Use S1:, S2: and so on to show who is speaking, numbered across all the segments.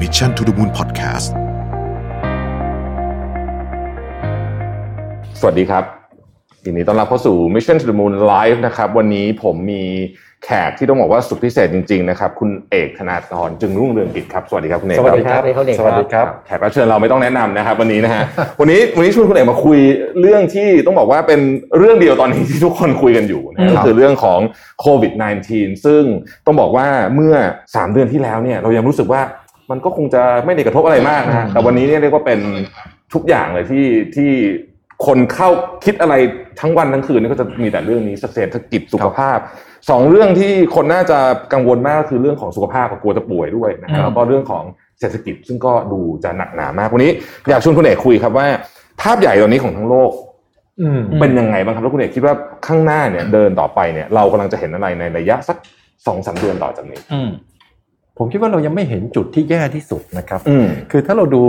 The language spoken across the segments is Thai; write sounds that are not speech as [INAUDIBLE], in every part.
S1: Mission to the Moon Podcast
S2: สวัสดีครับยินดีต้อนรับเข้าสู่ Mission to the Moon Live นะครับ วันนี้ผมมีแขกที่ต้องบอกว่าสุดพิเศษจริง ๆ นะครับ คุณเอกธนาธรจึงรุ่งเรืองกิจครับ สวัสดีครับคุณเอก
S3: สวัสดีครับ
S4: สวัสดีครับ
S2: แขกรับเชิญเราไม่ต้องแนะนำนะครับ วันนี้นะฮะ วันนี้วันนี้ชวนคุณเอกมาคุยเรื่องที่ต้องบอกว่าเป็นเรื่องเดียวตอนนี้ที่ทุกคนคุยกันอยู่นะฮะก็คือเรื่องของโควิด -19 ซึ่งต้องบอกว่าเมื่อ 3 เดือนที่แล้วเนี่ยเรายังรู้สึกว่ามันก็คงจะไม่ได้กระทบอะไรมากนะฮะแต่วันนี้เนี่ยเรียกว่าเป็นทุกอย่างเลยที่ที่ คนเข้าคิดอะไรทั้งวันทั้งคืนนี่ก็จะมีแต่เรื่องนี้เศรษฐกิจสุขภาพสองเรื่องที่คนน่าจะกังวลมากก็คือเรื่องของสุขภาพกับกลัวจะป่วยด้วยนะครับแล้วก็เรื่องของเศรษฐกิจซึ่งก็ดูจะหนักหนามากวันนี้อยากชวนคุณเอกคุยครับว่า ภาพใหญ่ตอนนี้ของทั้งโลก
S4: อืม
S2: เป็นยังไงบ้างครับแล้วคุณเอกคิดว่าข้างหน้าเนี่ยเดินต่อไปเนี่ยเรากำลังจะเห็นอะไรในระยะสักสองสามเดือนต่อจากนี้
S4: อืมผมคิดว่าเรายังไม่เห็นจุดที่แย่ที่สุดนะครับ
S2: อืม
S4: คือถ้าเราดู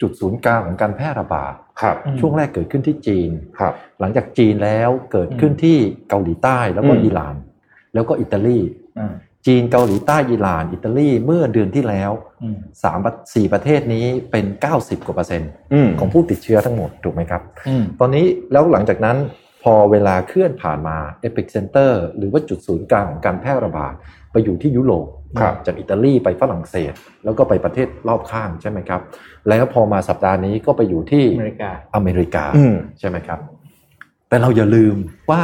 S4: จุดศูนย์กลางของการแพร่ระบาด
S2: ครับ
S4: ช่วงแรกเกิดขึ้นที่จีน
S2: ครับ
S4: หลังจากจีนแล้วเกิดขึ้นที่เกาหลีใต้แล้วก็อิหร่าน แล้วก็อิตาลี
S3: อืม
S4: จีนเกาหลีใต้อิหร่าน อิตาลีเมื่อเดือนที่แล้ว
S3: อืม
S4: สามประสี่ประเทศนี้เป็น 90 กว่าเปอร์เซ็นต์
S2: อืม
S4: ของผู้ติดเชื้อทั้งหมดถูกไหมครับ
S3: อืม
S4: ตอนนี้แล้วหลังจากนั้นพอเวลาเคลื่อนผ่านมา Epic Center หรือว่าจุดศูนย์กลางของการแพร่ระบาดไปอยู่ที่ยุโรป
S2: ครับ
S4: จากอิตาลีไปฝรั่งเศส แล้วก็ไปประเทศรอบข้างใช่ไหมครับ แล้วพอมาสัปดาห์นี้ก็ไปอยู่ที่
S3: อเมริกา
S4: อเมริกา
S2: อืม
S4: ใช่ไหมครับ แต่เราอย่าลืมว่า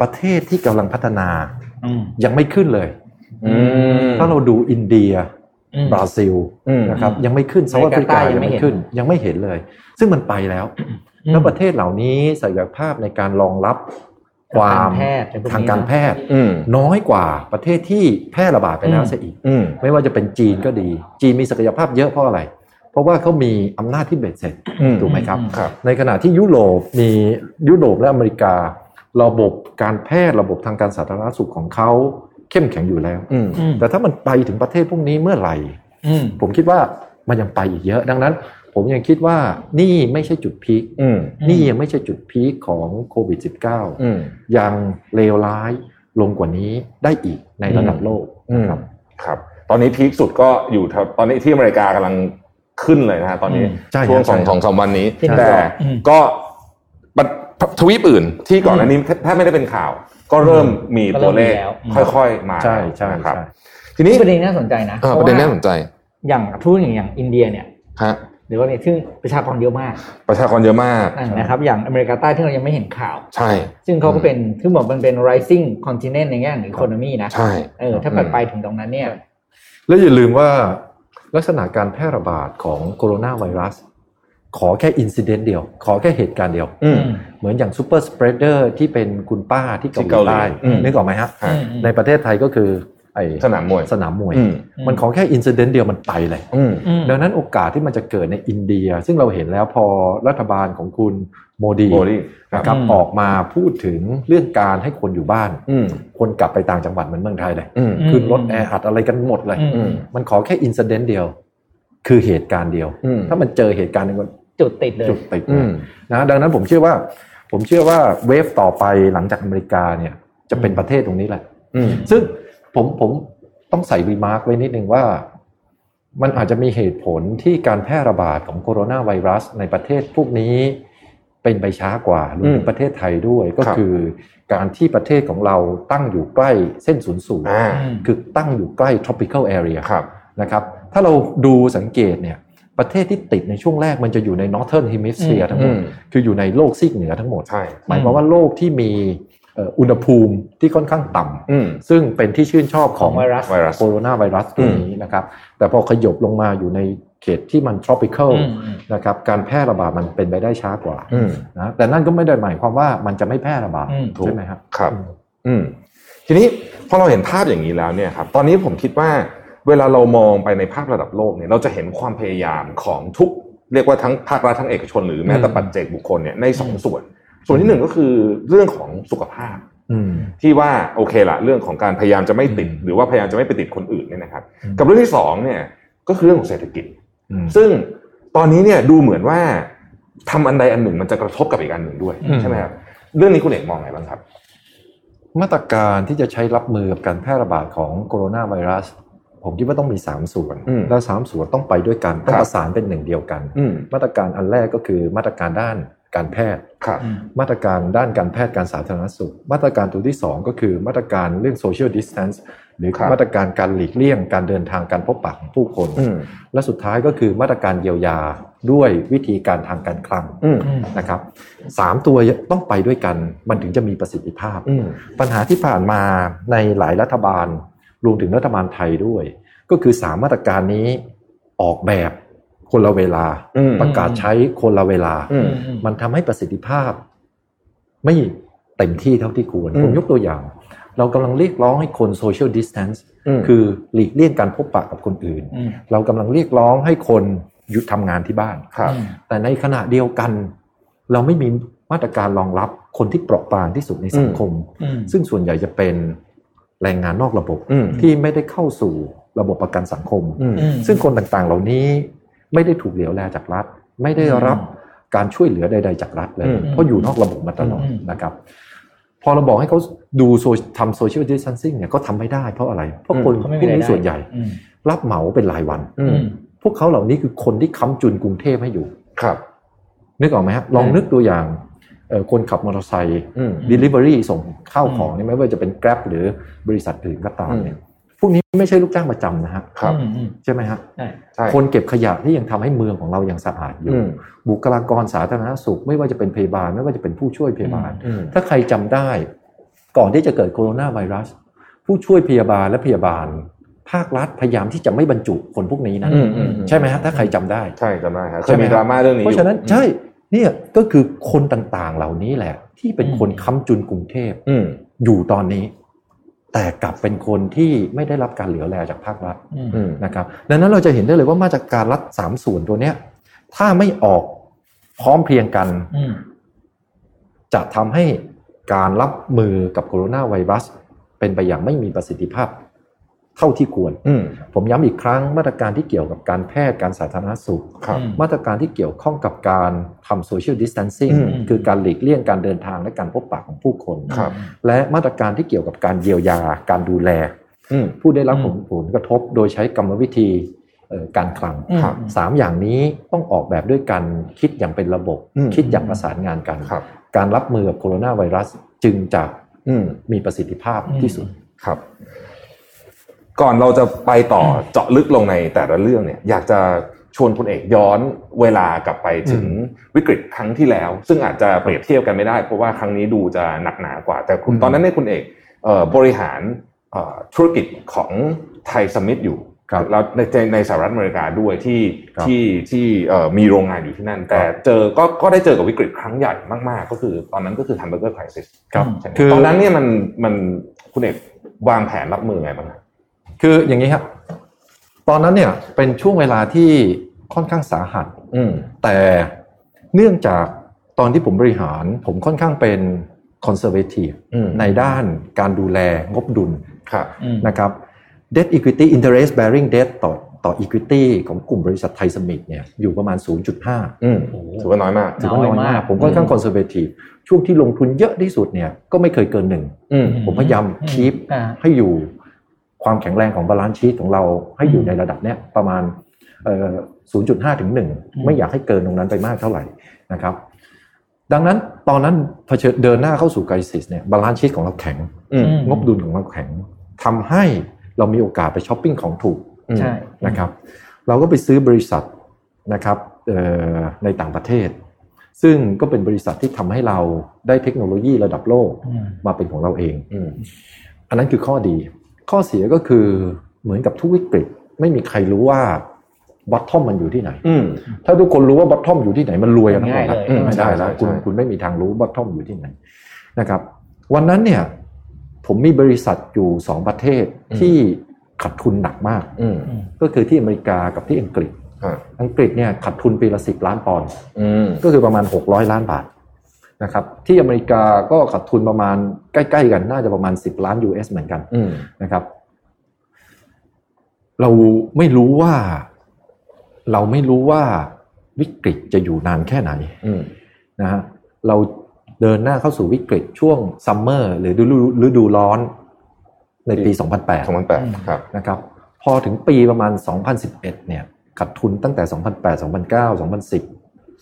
S4: ประเทศที่กำลังพัฒนา
S3: อืม
S4: ยังไม่ขึ้นเลย
S2: อืม
S4: ถ้าเราดูอินเดียบราซิล
S2: อืม
S4: นะครับ
S3: อืม
S4: ยังไม่ขึ้นเซาท์แอฟริกา
S3: อเมริกายั
S4: ยัง ง
S3: ไม่
S4: ไม่
S3: เห็น
S4: ขึ้น ยังไม่เห็นเลย ซึ่งมันไปแล้ว แล้วประเทศเหล่านี้ศักยภาพในการรองรับความ
S3: ทางการแพทย์เป็นพวกนี้
S4: ทางการแพทย์
S2: อืม
S4: น้อยกว่าประเทศที่แพร่ระบาดไปแล้ว
S3: อืม
S4: ซะอีก
S2: อืม
S4: ไม่ว่าจะเป็นจีนก็ดี จีนมีศักยภาพเยอะเพราะอะไร เพราะว่าเขามีอำนาจที่เบ็ดเสร็จ
S2: อืม
S4: ถูกไหมครับ
S2: ครับ
S4: ในขณะที่ยุโรปมียุโรปและอเมริกา ระบบการแพทย์ระบบทางการสาธารณสุขของเขาเข้มแข็งอยู่แล้ว
S2: อืม
S3: อืม
S4: แต่ถ้ามันไปถึงประเทศพวกนี้เมื่อไหร่
S3: อืม
S4: ผมคิดว่ามันยังไปอีกเยอะ ดังนั้น ผมยังคิดว่านี่ไม่ใช่จุดพีค
S2: อืม
S4: นี่ยังไม่ใช่จุดพีคของโควิด
S2: อืม
S4: -19 ยังเลวร้ายลงกว่านี้ได้อีกในระดับโลก
S2: อืม
S4: ครับ
S2: ครับ ตอนนี้พีคสุดก็อยู่แถวตอนนี้ที่อเมริกากำลังขึ้นเลยนะฮะตอนนี้
S4: ใช่
S2: ช่วงส
S4: ใช่
S2: อง
S4: ใช่
S2: สองสามวันนี้
S4: ที่นิวยอร์ก
S2: แต่
S3: อืม
S2: ก็ประทวีปอื่นที่ก่อนหน้านี้แทบไม่ได้เป็นข่าว ก็เริ่มมีตัวเลข
S3: ก็เริ่มมีแล้วอืม
S2: ค่อยๆมา
S4: ใช่ใช่
S2: นะค
S4: ใช่
S2: รับ ทีนี้
S3: นี่ประเด็นน่าสนใจนะ
S2: เออประเด็นน่าสนใจ
S3: อย่างพูดอย่างอย่างอินเดียเนี่ย
S2: ฮะ
S3: หรือว่าเนี่ยซึ่งประชากรเยอะมาก
S2: ประชากรเยอะมาก
S3: นะครับ อย่างอเมริกาใต้ที่เรายังไม่เห็นข่าว
S2: ใช่
S3: ซึ่งเขาก็เป็นคือบอกมันเป็น rising continent ในแง่ของ economy นะ
S2: ใช่
S3: เออถ้าเกิดไปถึงตรงนั้นเนี่ย
S4: แล้วอย่าลืมว่าลักษณะการแพร่ระบาดของโคโรนาไวรัส ขอแค่อินซิเดนต์เดียว ขอแค่เหตุการณ์เดียว
S2: อืม
S4: เหมือนอย่างซูเปอร์สเปรดเดอร์ที่เป็นคุณป้าที่
S2: ที่
S4: เกา
S2: เกา
S4: ห
S2: หลี
S4: ลีใต้
S2: อืม
S4: นึกออกไหมฮะ
S2: ฮะ
S4: ในประเทศไทยก็คือไอ
S2: สนามมวย
S4: สนามมวย
S2: อืม
S4: มันขอแค่อินซิเดนต์เดียวมันไปเลย
S2: อืม
S4: ดังนั้นโอกาสที่มันจะเกิดในอินเดีย ซึ่งเราเห็นแล้วพอรัฐบาลของคุณโมดี
S2: โมดีครับ
S4: นะครับ
S3: อืม
S4: ออกมาพูดถึงเรื่องการให้คนอยู่บ้าน
S2: อืม
S4: คนกลับไปต่างจังหวัดเหมือนเมืองไทยเลย
S2: อืม
S4: ขึ้นรถแอร์อัดอะไรกันหมดเลย
S3: อืม
S2: อืม
S4: มันขอแค่อินซิเดนต์เดียว คือเหตุการณ์เดียว
S2: อืม
S4: ถ้ามันเจอเหตุการณ์หนึงมัน
S3: จุดติดเลย
S4: จุดติด
S2: อืม
S4: นะดังนั้นผมเชื่อว่า ผมเชื่อว่าเวฟต่อไปหลังจากอเมริกาเนี่ยจะเป็นประเทศตรงนี้แหละ
S2: อืม
S4: ซึ่งผมผมต้องใส่รีมาร์คไว้นิดนึงว่า มันอาจจะมีเหตุผลที่การแพร่ระบาดของโคโรนาไวรัสในประเทศพวกนี้ เป็นไปช้ากว่ารวมถึงประเทศไทยด้วยก็คือการที่ประเทศของเราตั้งอยู่ใกล้เส้นศูนย์สูตร
S2: อ่า
S4: คือตั้งอยู่ใกล้ tropical area
S2: ครับ
S4: นะครับถ้าเราดูสังเกตเนี่ยประเทศที่ติดในช่วงแรกมันจะอยู่ใน northern hemisphere
S3: อืม
S4: ทั้งห
S2: อื
S4: มด
S2: ม
S4: คืออยู่ในโลกซีกเหนือทั้งหมด
S2: ใช่
S4: หมายความว่าโลกที่มีเอ่ออุณหภูมิที่ค่อนข้างต่ำ
S2: อืม
S4: ซึ่งเป็นที่ชื่นชอบ
S3: ข
S4: ข
S3: อ
S4: อง ง
S3: ไวรัส
S2: ไวรัส
S4: โคโรนาไวรัสตัวนี้นะครับ แต่พอขยบลงมาอยู่ในเขตที่มัน tropical นะครับ การแพร่ระบาดมันเป็นไปได้ช้ากว่า
S2: อืม
S4: นะแต่นั่นก็ไม่ได้หมายความว่ามันจะไม่แพร่ระบาด
S3: อืม
S2: ถูก
S4: ใช่ไหมครับ
S2: ครับ อืมทีนี้พอเราเห็นภาพอย่างนี้แล้วเนี่ยครับตอนนี้ผมคิดว่าเวลาเรามองไปในภาพระดับโลกเนี่ยเราจะเห็นความพยายามของทุก เรียกว่าทั้งภาครัฐทั้งเอกชนหรือแม้แต่
S4: อืม
S2: ปัจเจกบุคคลเนี่ยในสองส่วน ส่วนที่หนึ่งก็คือเรื่องของสุขภาพ
S4: อืม
S2: ที่ว่าโอเคละเรื่องของการพยายามจะไม่ติด
S4: อืม
S2: หรือว่าพยายามจะไม่ไปติดคนอื่นเนี่ยนะครับ
S4: อืม
S2: กับเรื่องที่สองเนี่ยก็คือเรื่องของเศรษฐกิจ
S4: อืม
S2: ซึ่งตอนนี้เนี่ยดูเหมือนว่าทำอันใดอันหนึ่งมันจะกระทบกับอีกอันหนึ่งด้วย
S4: อืม
S2: ใช่ไหมครับเรื่องนี้คุณเอกมองไงบ้างครับ
S4: มาตรการที่จะใช้รับมือกับการแพร่ระบาดของโคโรนาไวรัส ผมคิดว่าต้องมีสามส่วน
S2: อืม
S4: และสามส่วนต้องไปด้วยกันต้อง
S2: ครับ
S4: ประสานเป็นหนึ่งเดียวกัน
S2: อืม
S4: มาตรการอันแรกก็คือมาตรการด้านการแพทย์
S2: ครับ
S3: อืม
S4: มาตรการด้านการแพทย์การสาธารณสุข มาตรการตัวที่ 2 ก็คือมาตรการเรื่อง social distance หรือมาตรการการหลีกเลี่ยงการเดินทางการพบปะของผู้คน
S2: อืม
S4: และสุดท้ายก็คือมาตรการเยียวยาด้วยวิธีการทางการคลัง
S2: อืม
S3: อืม
S4: นะครับสามตัวต้องไปด้วยกันมันถึงจะมีประสิทธิภาพ
S2: อืม
S4: ปัญหาที่ผ่านมาในหลายรัฐบาล รวมถึงรัฐบาลไทยด้วย ก็คือสามมาตรการนี้ออกแบบคนละเวลา
S2: อืม
S4: ประกาศใช้คนละเวลา
S2: อืม
S4: มันทำให้ประสิทธิภาพ ไม่เต็มที่เท่าที่ควร
S2: อืม
S4: ผมยกตัวอย่าง เรากำลังเรียกร้องให้คนโซเชียลดิสแทนซ์
S2: ม
S4: คือหลีกเลี่ยงการพบปะกับคนอื่น
S3: อืม
S4: เรากำลังเรียกร้องให้คนหยุดทำงานที่บ้าน
S2: ครับ
S3: อืม
S4: แต่ในขณะเดียวกัน เราไม่มีมาตรการรองรับคนที่เปราะบางที่สุดในสังคม
S3: อืม
S4: ซึ่งส่วนใหญ่จะเป็นแรงงานนอกระบบ
S2: อืม
S4: ที่ไม่ได้เข้าสู่ระบบประกันสังคม
S2: อืม
S3: อืม
S4: ซึ่งคนต่างๆ เหล่านี้ไม่ได้ถูกเหลียวแลจากรัฐ ไม่ได้รับการช่วยเหลือใด ๆ จากรัฐเล
S2: อื
S4: ย
S2: ม
S4: เพราะอยู่นอกระบบมาตลอด
S3: อืม
S4: นะครับ พอเราบอกให้เขาดูโซทำโซเชียลดิสทันซิ่งเนี่ยก็ทำไม่ได้เพราะอะไร เพราะคนพ
S3: เขา
S4: วก
S3: ไม่มีราย
S4: นี้
S3: ได้
S4: ส่วนใหญ่
S3: อืม
S4: รับเหมาเป็นรายวัน
S2: อื
S3: อื
S2: ม
S3: ม
S4: พวกเขาเหล่านี้คือคนที่ค้ำจุนกรุงเทพให้อยู่
S2: ครับ
S4: นึกออกไหมฮะลอง
S2: อืม
S4: นึกตัวอย่างเอ่อคนขับมอเตอร์ไซค์
S2: อืม
S4: Delivery ส่งข้าวของ
S3: อืม
S4: เนี่ยไม่ว่าจะเป็น Grab หรือบริษัทอื่นก็ตาม
S2: อืม
S4: เนี่ยพวกนี้ไม่ใช่ลูกจ้างประจำนะฮะ
S2: ครับ
S3: อืมอืม
S4: ใช่ไหมฮะ
S3: ใช่
S2: ใช่
S4: คนเก็บขยะที่ยังทำให้เมืองของเรายังสะอาดอยู่
S2: อืม
S4: บุคลากรสาธารณสุข ไม่ว่าจะเป็นพยาบาล ไม่ว่าจะเป็นผู้ช่วยพยาบาล
S2: อืม
S4: ถ้าใครจำได้ ก่อนที่จะเกิดโคโรนาไวรัส ผู้ช่วยพยาบาลและพยาบาล ภาครัฐพยายามที่จะไม่บรรจุคนพวกนี้นะ
S2: อืมอืม
S4: ใช่ไหมฮะถ้าใครจำได้
S2: ใช่จำได้ครับเค
S4: ใช่
S2: ย
S4: ไหม
S2: มี
S4: ครับ
S2: ดราม่าเรื่องนี้อ
S4: เพ
S2: ยู่
S4: ราะฉะนั้นใช่เนี่ยก็คือคนต่างๆเหล่านี้แหละ ที่เป็นคนค้ำจุนกรุงเทพ
S2: อืม
S4: อยู่ตอนนี้ แต่กลับเป็นคนที่ไม่ได้รับการเหลียวแลจากภาครัฐ
S3: อืม
S2: อืม
S4: นะครับดังนั้นเราจะเห็นได้เลยว่ามาตรการรัฐสามส่วนตัวเนี้ยถ้าไม่ออกพร้อมเพรียงกัน
S3: อืม
S4: จะทำให้การรับมือกับโคโรนาไวรัส เป็นไปอย่างไม่มีประสิทธิภาพเท่าที่ควร
S2: อืม
S4: ผมย้ำอีกครั้งมาตรการที่เกี่ยวกับการแพทย์การสาธารณสุข
S2: ครับ
S3: อืม
S4: มาตรการที่เกี่ยวข้องกับการทำโซเชียลดิสแ n นซิ่ง
S2: อืม
S4: คือการหลีกเลี่ยงการเดินทางและการพบปะของผู้คน
S2: ครับ
S4: และมาตรการที่เกี่ยวกับการเยียวยาการดูแล
S2: อืม
S4: ผู้ได้รับผ
S3: อื
S4: ล
S3: ม
S4: ผลกระทบโดยใช้กรรมวิธีเอ่อการคลัง
S3: อืม
S4: ครับสามอย่างนี้ต้องออกแบบด้วยกันคิดอย่างเป็นระบบ
S2: อืม
S4: คิดอย่างประสานงานกัน
S2: ครับ
S4: การรับมือกับโคโรนาไวรัสจึงจะ
S2: อืม
S4: มีประสิทธิภาพ
S3: อืม
S4: ที่สุด
S2: ครับ ก่อนเราจะไปต่อเจาะลึกลงในแต่ละเรื่องเนี่ย อยากจะชวนคุณเอกย้อนเวลากลับไปถึงวิกฤตครั้งที่แล้ว ซึ่งอาจจะเปรียบเทียบกันไม่ได้ เพราะว่าครั้งนี้ดูจะหนักหนากว่า แต่คุณ
S4: อืม
S2: ตอนนั้นเนี่ยคุณเอกเอ่อบริหารเอ่อธุรกิจของไทยสมิธอยู่
S4: ครับ
S2: แล้วในในในสหรัฐอเมริกาด้วยที่
S4: ครับ
S2: ที่ที่เอ่อมีโรงงานอยู่ที่นั่น แต่เจอก็ก็ได้เจอกับวิกฤตครั้งใหญ่มาก ๆ ก็คือตอนนั้นก็คือ hamburger crisis
S3: ครับ
S2: ใช่ไหม
S4: คือ
S2: ตอนนั้นเนี่ยมันมันคุณเอกวางแผนรับมือไงบ้างครับ
S4: คืออย่างนี้ครับตอนนั้นเนี่ยเป็นช่วงเวลาที่ค่อนข้างสาหัส
S2: อืม
S4: แต่เนื่องจากตอนที่ผมบริหารผมค่อนข้างเป็นคอนเซอร์เวทีฟ
S2: อืม
S4: ในด้านการดูแลงบดุล
S2: ครับ
S3: อืม
S4: นะครับ debt equity interest bearing debt ต่อต่อ equity ของกลุ่มบริษัทไทยสมิธเนี่ยอยู่ประมาณ 0.5
S2: อืม
S3: โอ้โห
S2: ถือว่าน้อยมาก
S4: ถือว่าน้อย
S3: น้อ
S4: มาม
S3: ยาก ก
S4: ผมค่อนข้างคอนเซอร์เวทีฟช่วงที่ลงทุนเยอะที่สุดเนี่ยก็ไม่เคยเกินหนึ่ง
S2: อืม
S4: ผมพยายาม
S3: อื
S4: คีป
S3: อ่า
S4: ให้อยู่ความแข็งแรงของบาลานซ์ชีตของเราให้อยู่ในระดับเนี้ยประมาณเอ่อ0.5 ถึง
S3: อืม
S4: 1 ไม่อยากให้เกินตรงนั้นไปมากเท่าไหร่นะครับ ดังนั้นตอนนั้นเผชิญเดินหน้าเข้าสู่ไกรซิสเนี่ยบาลานซ์ชีตของเราแข็ง
S2: อืม
S4: งบดุลของเราแข็งทำให้เรามีโอกาสไปช้อปปิ้งของถูก
S3: ใช่
S4: นะครับ เราก็ไปซื้อบริษัทนะครับเอ่อในต่างประเทศ ซึ่งก็เป็นบริษัทที่ทำให้เราได้เทคโนโลยีระดับโลก
S3: อืม
S4: มาเป็นของเราเอง
S2: อืม
S4: อันนั้นคือข้อดี ข้อเสียก็คือเหมือนกับทุกวิกฤตไม่มีใครรู้ว่าบอททอมมันอยู่ที่ไหน
S2: อืม
S4: ถ้าทุกคนรู้ว่าบอททอมอยู่ที่ไหนมันรวยกันทั้งหมดแล้ว
S3: ง่ายเลย
S4: อืมไม่ได้แล้ว
S2: ใช่ใช่
S4: คุณ
S2: ใช่
S4: คุณไม่มีทางรู้บอททอมอยู่ที่ไหนนะครับ วันนั้นเนี่ย ผมมีบริษัทอยู่สองประเทศที่ขาดทุนหนักมาก
S2: อืม
S3: อืม
S4: ก็คือที่อเมริกากับที่อังกฤษ
S2: อ่า
S4: อังกฤษเนี่ยขาดทุนปีละสิบล้านปอนด์
S2: อืม
S4: ก็คือประมาณ 600 ล้านบาทนะครับ ที่อเมริกาก็ขาดทุนประมาณใกล้ๆกันน่าจะประมาณ 10 ล้าน US เหมือนกัน
S2: อืม
S4: นะครับ เราไม่รู้ว่า เราไม่รู้ว่าวิกฤตจะอยู่นานแค่ไหน
S2: อืม
S4: นะฮะเราเดินหน้าเข้าสู่วิกฤตช่วงซัมเมอร์หรือฤดูฤดูร้อนในปี
S2: สองพันแปดครับ
S4: 2008 นะครับ พอถึงปีประมาณ 2011 เนี่ยขาดทุนตั้งแต่ 2008 2009 2010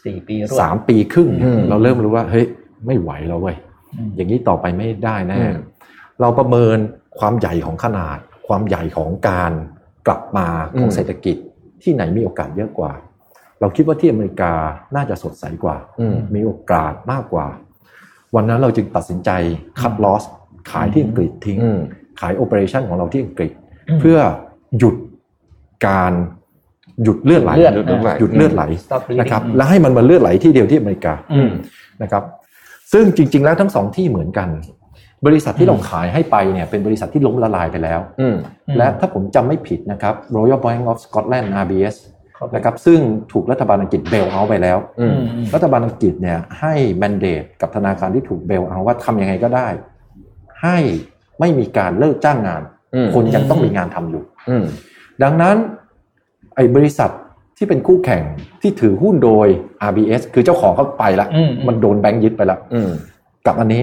S3: สี่ปีรวด
S4: สามปีครึ่ง
S2: อืม
S4: เราเริ่มรู้ว่าเฮ้ยไม่ไหวแล้วเว้ย
S3: อืม
S4: อย่างนี้ต่อไปไม่ได้แน่
S2: อืม
S4: เราประเมินความใหญ่ของขนาด ความใหญ่ของการกลับมาของเศรษฐกิจที่ไหนมีโอกาสเยอะกว่า เราคิดว่าที่อเมริกาน่าจะสดใสกว่า
S2: อืม
S4: มีโอกาสมากกว่า วันนั้นเราจึงตัดสินใจคัดลอสขายที่อังกฤษทิ้ง
S2: อืม
S4: ขายโอเปอเรชันของเราที่อังกฤษ
S3: อืม
S4: เพื่อหยุดการหยุดเลือดไหล
S3: เลือด
S4: หยุดเลือดไหล
S3: Stop bleeding
S4: นะครับ
S3: อืม
S4: และให้มันมาเลือดไหลที่เดียวที่อเมริกา
S2: อืม
S4: นะครับซึ่งจริง ๆ แล้วทั้งสองที่เหมือนกัน บริษัทที่เราขายให้ไปเนี่ยเป็นบริษัทที่ล้มละลายไปแล้ว
S2: อืม
S3: อืม
S4: และถ้าผมจำไม่ผิดนะครับ Royal Bank of Scotland RBS
S3: ครับ
S4: นะครับซึ่งถูกรัฐบาลอังกฤษเบลเอาไปแล้ว
S2: อื
S3: อื
S2: ม
S3: มอืม
S4: รัฐบาลอังกฤษเนี่ยให้แมนเดตกับธนาคารที่ถูกเบลเอาว่าทำยังไงก็ได้ ให้ไม่มีการเลิกจ้างงาน
S2: อืม
S4: คนยังต้องมีงานทำอยู่
S2: อืม
S4: ดังนั้นไอ้บริษัทที่เป็นคู่แข่งที่ถือหุ้นโดย RBS คือเจ้าของเขาไปละ
S3: อืม
S4: มันโดนแบงค์ยึดไปละ
S2: อืม
S4: กับอันนี้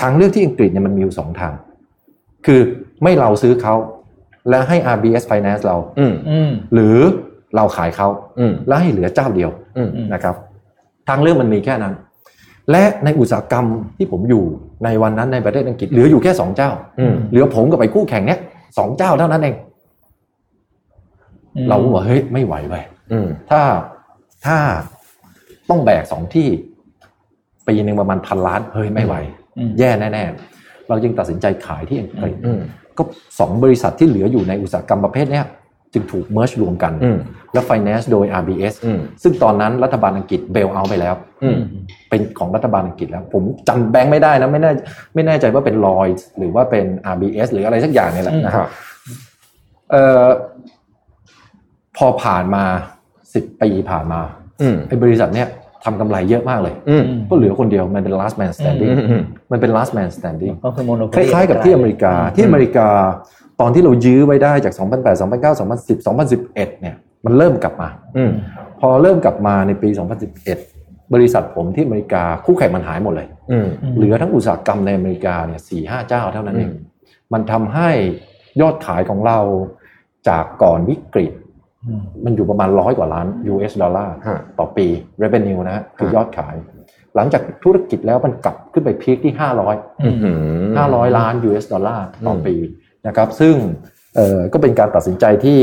S4: ทางเลือกที่อังกฤษเนี่ยมันมีอยู่สองทาง คือไม่เราซื้อเขาและให้ RBS Finance เรา
S2: อืม
S3: อืม
S4: หรือเราขายเขา
S2: อืม
S4: และให้เหลือเจ้าเดียว
S2: อืม
S3: อืม
S4: นะครับทางเรื่องมันมีแค่นั้น และในอุตสาหกรรมที่ผมอยู่ในวันนั้นในประเทศอังกฤษเหลืออยู่แค่สองเจ้า
S2: อืม
S4: เหลือผมกับไอ้คู่แข่งเนี้ยสองเจ้าเท่านั้นเอง เราก็บอกเฮ้ยไม่ไหวเว้ย
S2: อืม
S4: ถ้าถ้าต้องแบกสองที่ปีหนึ่งประมาณพันล้านเฮ้ยไม่ไหว
S3: อืม
S4: แย่แน่ๆเราจึงตัดสินใจขายที่อังกฤษ
S2: อืม
S4: ก็สองบริษัทที่เหลืออยู่ในอุตสาหกรรมประเภทเนี้ยจึงถูกเมิร์ชรวมกัน
S2: อืม
S4: และ finance โดย RBS
S2: อืม
S4: ซึ่งตอนนั้นรัฐบาลอังกฤษเบลเอาไปแล้ว
S2: อืม
S4: เป็นของรัฐบาลอังกฤษแล้ว ผมจำแบงค์ไม่ได้นะไม่แน่ไม่แน่ใจว่าเป็นลอยหรือว่าเป็น RBS หรืออะไรสักอย่างเนี่ยแหละ
S3: อืม
S4: นะครับเออพอผ่านมาสิบปีผ่านมา
S2: อืม
S4: ไอ้บริษัทเนี่ยทำกำไรเยอะมากเลย
S2: อืม
S4: ก็เหลือคนเดียวมันเป็น last man
S2: อื
S4: standing
S2: ม อืม
S4: มันเป็น last man standing
S3: ก็คือโมโน
S4: คล้ายๆกับที่อเมริกาที่อเมริกา ตอนที่เรายื้อไว้ได้จาก 2008 2009 2010 2011 เนี่ยมันเริ่มกลับมา
S2: อืม
S4: พอเริ่มกลับมาในปี 2011 บริษัทผมที่อเมริกาคู่แข่งมันหายหมดเลย
S2: อืม
S4: เหลือทั้งอุตสาหกรรมในอเมริกาเนี่ยสี่ห้าเจ้าเท่านั้นเอง
S2: อืม
S4: มันทำให้ยอดขายของเราจากก่อนวิกฤต มันอยู่ประมาณร้อยกว่าล้าน US ดอลลาร์
S2: ฮะ
S4: ต่อปี revenue นะฮะคือยอดขาย หลังจากธุรกิจแล้วมันกลับขึ้นไปพีคที่ 500
S2: อืม
S4: 500 ล้าน US ดอลลาร์ต่อปีนะครับ ซึ่งเอ่อก็เป็นการตัดสินใจที่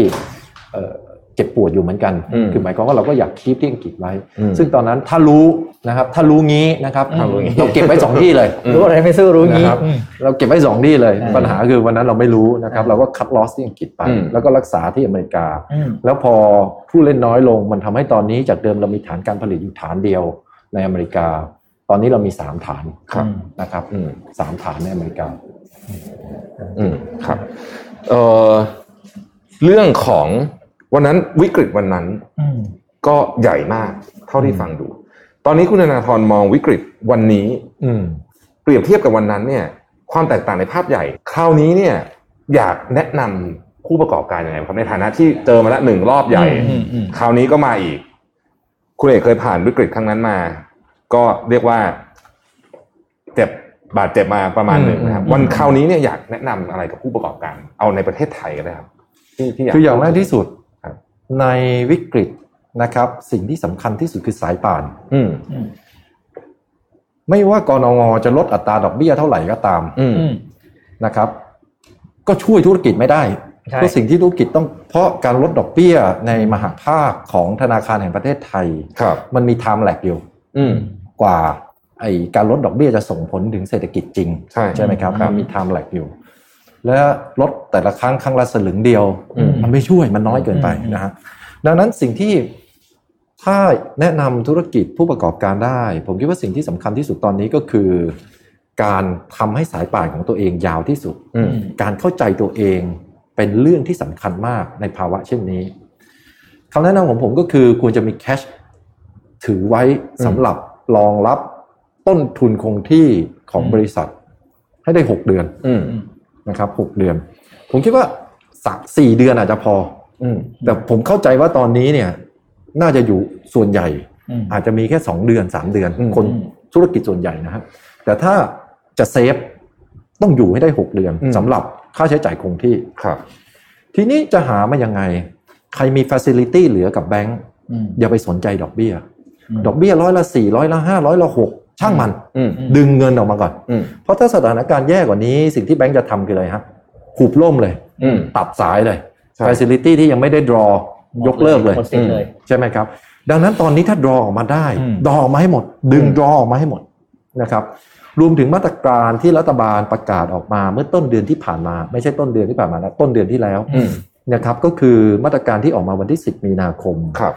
S4: เอ่อเจ็บปวดอยู่เหมือนกัน
S2: อืม
S4: คือหมายความว่าเราก็อยากคีบที่อังกฤษไว้
S2: อืม
S4: ซึ่งตอนนั้นถ้ารู้นะครับ ถ้ารู้งี้นะครับ
S3: ถ้ารู้งี้
S4: เราเก็บไว้สองที่เลย
S3: รู้อะไรไม่สู้รู้งี้
S4: นะครับ เราเก็บไว้สองที่เลย
S3: ใช่
S4: ปัญหาคือวันนั้นเราไม่รู้นะครับ เราก็คัดลอสที่อังกฤษไป
S2: อืม
S4: แล้วก็รักษาที่อเมริกา แล้วพอผู้เล่นน้อยลงมันทำให้ตอนนี้จากเดิมเรามีฐานการผลิตอยู่ฐานเดียวในอเมริกา ตอนนี้เรามีสามฐาน
S3: ครับ
S4: นะครับ
S2: อืม
S4: สามฐานในอเมริกา
S2: อืมครับเอ่อเรื่องของวันนั้นวิกฤตวันนั้นก็ใหญ่มากเท่าที่ฟังดู ตอนนี้คุณธนาธรมองวิกฤตวันนี้
S4: อืม
S2: เปรียบเทียบกับวันนั้นเนี่ย ความแตกต่างในภาพใหญ่ คราวนี้เนี่ย อยากแนะนำผู้ประกอบการยังไงครับในฐานะที่เจอมาละหนึ่งรอบใหญ่ คราวนี้ก็มาอีก คุณเอกเคยผ่านวิกฤตครั้งนั้นมา ก็เรียกว่า เจ็บบาดเจ็บมาประมาณหนึ่งนะครับ
S4: อืม
S2: วันคราวนี้เนี่ยอยากแนะนำอะไรกับผู้ประกอบการ เอาในประเทศไทยก็ได้ครับที่ที่อยาก
S4: คืออย่างแรกที่สุด
S2: ครับ
S4: ในวิกฤตนะครับ สิ่งที่สำคัญที่สุดคือสายป่าน
S2: อืม
S4: ไม่ว่ากรงงจะลดอัตราดอกเบี้ยเท่าไหร่ก็ตาม
S2: อืม
S4: นะครับ ก็ช่วยธุรกิจไม่ได้
S3: ใช่
S4: เพราะสิ่งที่ธุรกิจต้องเพราะการลดดอกเบี้ยในมหาภาคของธนาคารแห่งประเทศไทย
S2: ครับ
S4: มันมีไทม์แลกอยู่
S2: อืม
S4: กว่าไอการลดดอกเบี้ยจะส่งผลถึงเศรษฐกิจจริง
S2: ใช่
S4: ใช่ไหมครับ
S3: ครับ
S4: มันมีไทม์แลกอยู่ และลดแต่ละครั้งครั้งละสลึงเดียว
S2: อืม
S4: มันไม่ช่วยมันน้อยเกินไป
S3: อืม
S4: นะฮะดังนั้นสิ่งที่ถ้าแนะนำธุรกิจผู้ประกอบการได้ ผมคิดว่าสิ่งที่สำคัญที่สุดตอนนี้ก็คือ การทำให้สายป่านของตัวเองยาวที่สุด
S2: อืม
S4: การเข้าใจตัวเองเป็นเรื่องที่สำคัญมากในภาวะเช่นนี้คำแนะนำของผมก็คือควรจะมีแคชถือไว้สำหรับรองรับต้นทุนคงที่ของ
S3: อืม
S4: บริษัท ให้ได้ 6 เดือน
S2: อืม
S4: นะครับ6เดือน ผมคิดว่าสักสี่เดือนอาจจะพอ
S2: อืม
S4: แต่ผมเข้าใจว่าตอนนี้เนี่ยน่าจะอยู่ส่วนใหญ่ อาจจะมีแค่ 2 เดือน 3 เดือน
S2: อืม
S4: คนธุรกิจส่วนใหญ่นะครับแต่ถ้าจะเซฟต้องอยู่ให้ได้ 6 เดือน
S2: อืม
S4: สำหรับค่าใช้จ่ายคงที่
S2: ครับ
S4: ทีนี้จะหามายังไง ใครมีฟ a c iลิตี้เหลือกับแบงก์
S3: อืม
S4: อย่าไปสนใจดอกเบี้ย
S3: ม
S4: ดอกเบี้ยร้อยละสี่ร้อยละห้าร้อยละหกช่างมัน
S2: อืม
S4: ดึงเงินออกมาก่อน
S2: อืม
S4: เพราะถ้าสถานการณ์แย่กว่านี้สิ่งที่แบงก์จะทำคืออะไรฮะขูบล่มเลย
S2: อืม
S4: ตัดสายเลย
S2: ใช่
S4: ฟ a c iลิตี้ที่ยังไม่ได้ดรอยกเลิกเลย
S3: หมดสิทธิ์เลย
S4: ใช่ไหมครับ ดังนั้นตอนนี้ถ้าดรอออกมาได้
S3: อืม
S4: ดรอออกมาให้หมด ดึง
S2: อืม
S4: ดรอออกมาให้หมดนะครับ รวมถึงมาตรการที่รัฐบาลประกาศออกมาเมื่อต้นเดือนที่ผ่านมา ไม่ใช่ต้นเดือนที่ผ่านมานะต้นเดือนที่แล้ว
S2: อืม
S4: นะครับ ก็คือมาตรการที่ออกมาวันที่ 10 มีนาคม
S2: ครับ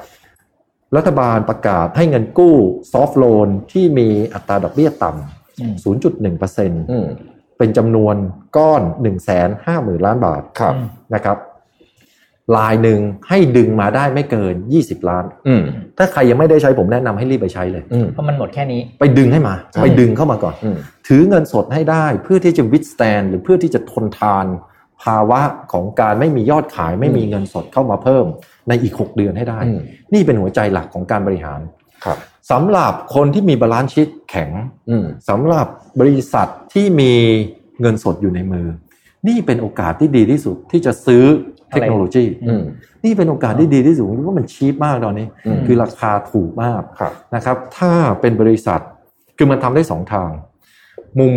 S4: รัฐบาลประกาศให้เงินกู้ซอฟท์โลนที่มีอัตราดอกเบี้ยต่
S3: อืม
S4: ำ0.1%
S2: อืม
S4: เป็นจำนวนก้อน 150,000 ล้านบาท
S2: ครับ
S4: นะครับลายหนึ่งให้ดึงมาได้ไม่เกิน 20 ล้าน
S2: อืม
S4: ถ้าใครยังไม่ได้ใช้ผมแนะนำให้รีบไปใช้เลย
S2: อืม
S3: เพราะมันหมดแค่นี้
S4: ไปดึงให้มา
S2: ครับ
S4: ไปดึงเข้ามาก่อน
S2: อืม
S4: ถือเงินสดให้ได้เพื่อที่จะ withstand หรือเพื่อที่จะทนทาน ภาวะของการไม่มียอดขายไม่มีเงินสดเข้ามาเพิ่มในอีก 6 เดือนให้ได้
S2: อืม
S4: นี่เป็นหัวใจหลักของการบริหาร
S2: ครับ
S4: สำหรับคนที่มีบาลานซ์ชีตแข็ง
S2: อืม
S4: สำหรับบริษัทที่มีเงินสดอยู่ในมือ นี่เป็นโอกาสที่ดีที่สุดที่จะซื้อเทคโนโลยี
S2: อืม
S4: นี่เป็นโอกาสที่ดีที่สุดเพราะมันชีพมากตอนนี้
S2: อืม
S4: คือราคาถูกมาก
S2: ครับ
S4: นะครับถ้าเป็นบริษัทคือมันทำได้สองทาง มุม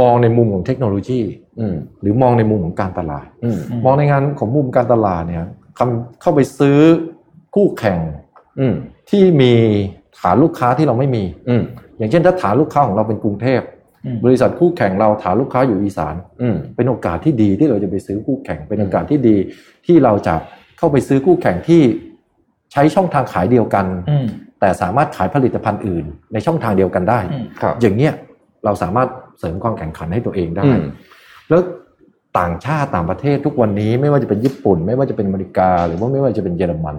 S4: มองในมุมของเทคโนโลยี
S2: อืม
S4: หรือมองในมุมของการตลาด
S2: อืม
S3: อืม
S4: มองในงานของมุมการตลาดเนี่ยคำเข้าไปซื้อคู่แข่ง
S2: อืม
S4: ที่มีฐานลูกค้าที่เราไม่มี
S2: อืม
S4: อย่างเช่นถ้าฐานลูกค้าของเราเป็นกรุงเทพ
S3: อืม
S4: บริษัทคู่แข่งเราฐานลูกค้าอยู่อีสาน
S2: อืม
S4: เป็นโอกาสที่ดีที่เราจะไปซื้อคู่แข่ง เป็นโอกาสที่ดีที่เราจะเข้าไปซื้อคู่แข่งที่ใช้ช่องทางขายเดียวกัน
S3: อืม
S4: แต่สามารถขายผลิตภัณฑ์อื่น ในช่องทางเดียวกันได้
S3: อืม
S2: ครับ
S4: อย่างเนี้ยเราสามารถเสริมความแข่งขันให้ตัวเองได้
S2: อืม
S4: แล้วต่างชาติต่างประเทศทุกวันนี้ไม่ว่าจะเป็นญี่ปุ่น ไม่ว่าจะเป็นอเมริกา หรือว่าไม่ว่าจะเป็นเยอรมัน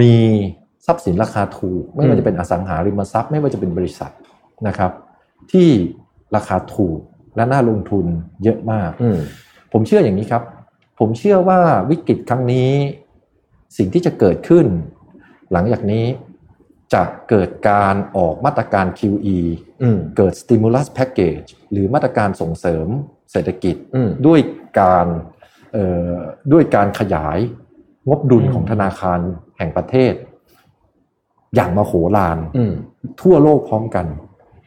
S4: มีทรัพย์สินราคาถูก ไม่ว่าจะเป็นอสังหาริมทรัพย์ ไม่ว่าจะเป็นบริษัทนะครับ ที่ราคาถูกและน่าลงทุนเยอะมาก
S2: อืม
S4: ผมเชื่ออย่างนี้ครับ ผมเชื่อว่าวิกฤตครั้งนี้ สิ่งที่จะเกิดขึ้น หลังจากนี้จะเกิดการออกมาตรการ QE
S2: อืม
S4: เกิด stimulus package หรือมาตรการส่งเสริมเศรษฐกิจ
S2: อืม
S4: ด้วยการเอ่อด้วยการขยายงบดุล
S3: อืม
S4: ของธนาคารแห่งประเทศ อย่างมโหฬาร
S2: อืม
S4: ทั่วโลกพร้อมกัน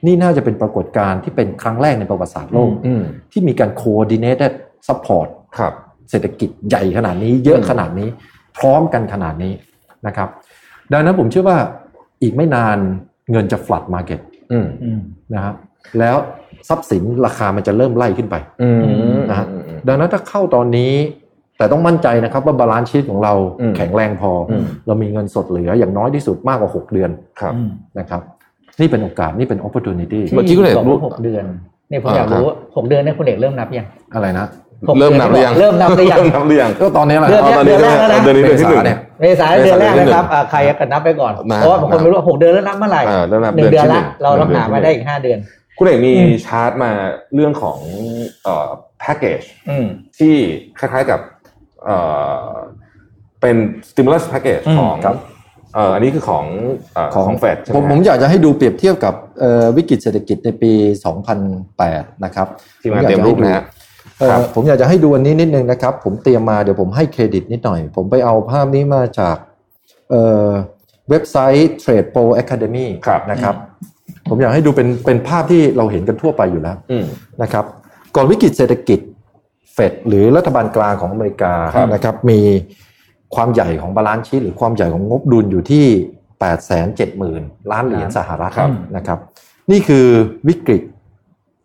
S4: นี่น่าจะเป็นปรากฏการณ์ที่เป็นครั้งแรกในประวัติศาสตร์โลก
S2: อืม
S4: ที่มีการ coordinated support
S2: ครับ
S4: เศรษฐกิจใหญ่ขนาดนี้ เยอะขนาดนี้ พร้อมกันขนาดนี้นะครับ ดังนั้นผมเชื่อว่าอีกไม่นานเงินจะ flat market
S2: อืม
S3: อืม
S4: นะครับแล้วทรัพย์สินราคามันจะเริ่มไล่ขึ้นไป
S2: อืม
S4: นะฮะ
S2: อืม
S4: ดังนั้นถ้าเข้าตอนนี้ แต่ต้องมั่นใจนะครับว่าบาลานซ์ชีตของเรา
S2: อืม
S4: แข็งแรงพออ
S2: ม
S4: เรามีเงินสดเหลืออย่างน้อยที่สุดมากกว่า 6 เดือน
S2: ครับ
S3: อืม
S4: นะครับ นี่เป็นโอกาสนี่เป็น opportunity
S2: เมื่อกี้คุณเอก
S3: ที่บ
S2: รู้
S3: ว่าหกเดือนเนี่ยผมอยาก
S2: อ่าครับ
S3: รู้ว่าหกเดือนเนี่ยคุณเอกเริ่มนับยัง
S4: อะไรนะ
S3: หก
S2: เริ่มนับหรือ
S3: ดื
S2: ยั
S3: น
S2: ง
S3: เริ่มนับหรือยัง
S2: เริ่มนับหรือยัง
S4: ก็ตอนนี้แหละ
S3: เดือน
S2: ตอนนี้
S3: แรกแล้วนะ
S2: เดือนนี้เดือนที่หนึ่ง
S4: เมษาเนี่ย
S3: เมษาเดือนแรกนะครับ
S2: เดือนหนึ่ง
S3: อ่าใครก็นับไปก่อน
S2: นะ
S3: เพราะว่าบางคน
S2: นะ
S3: ไม่รู้ว่าหกเดือนแล้วนับเมื่อไหร่
S2: อ่าเริ่มนับ
S3: หนึ่งเดือนละ
S2: ที่ห
S3: เราต้องหา
S2: ที่
S3: มาได้อีกห้าเดือน
S2: คุณเอกมี
S3: อืม
S2: ชาร์ตมาเรื่องของเอ่อแพ็กเกจ
S3: อืม
S2: ที่คล้ายๆกับเอ่อเป็น stimulus package
S3: อืม
S2: ของ
S4: ครับ
S2: เอ่ออันนี้คือของเอ่อของเฟดใช่ไห
S4: ผม
S2: ม
S4: ผมอยากจะให้ดูเปรียบเทียบกับเอ่อวิกฤตเศรษฐกิจในปี 2008 นะครับ
S2: ทีมงานเตรียมรูปนะฮะ
S4: เอ่อ
S2: ครับ
S4: ผมอยากจะให้ดูอันนี้นิดนึงนะครับ ผมเตรียมมาเดี๋ยวผมให้เครดิตนิดหน่อย ผมไปเอาภาพนี้มาจากเอ่อเว็บไซต์ Trade Pro Academy
S2: ครับนะ
S4: นะครับ ผมอยากให้ดูเป็นเป็นภาพที่เราเห็นกันทั่วไปอยู่แล้ว
S2: อืม
S4: นะครับ ก่อนวิกฤตเศรษฐกิจเฟดหรือรัฐบาลกลางของอเมริกา
S2: ครับ
S4: นะครับ มีความใหญ่ของบาลานซ์ชีหรือความใหญ่ของงบดุลอยู่ที่ 8 7 0 0 0 0 ล้านเหรียญสหรัฐ
S3: ครับ
S4: นะครับ นี่คือวิกฤต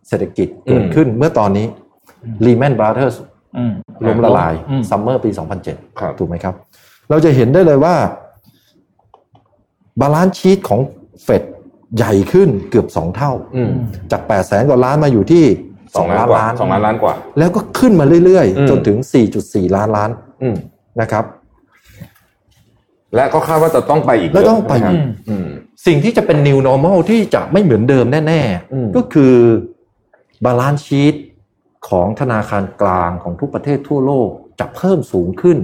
S4: เศรษฐกิจเกิดขึ้นเมื่อตอนนี้ Lehman Brothers
S3: อืม
S4: ล้มละลาย
S3: อืม
S4: ซัมเมอร์ปี
S2: ครับ
S4: 2007 ถูกไหมครับ เราจะเห็นได้เลยว่าบาลานซ์ชีตของเฟดใหญ่ขึ้นเกือบ 2 เท่า
S2: อืม
S4: จาก 8 0 0แสนกว่าล้านมาอยู่ที่
S2: สอง
S4: 2
S2: ล้า
S4: ล้าน น
S2: กว่าส
S4: ล้าน
S2: องล้านล้านกว่า
S4: แล้วก็ขึ้นมาเรื่อย
S2: อืม
S4: ๆ จนถึง 4.4 ล้านล้าน
S2: อืม
S4: นะครับ
S2: และก็คาดว่าจะต้องไปอีก
S4: แล้วต้องไป
S2: เยะนะค
S3: อื
S2: รับ
S3: ม
S2: อืม
S4: สิ่งที่จะเป็น new normal ที่จะไม่เหมือนเดิมแน่
S2: อืม
S4: ๆ ก็คือบาลานซ์ชีตของธนาคารกลางของทุกประเทศทั่วโลกจะเพิ่มสูงขึ้น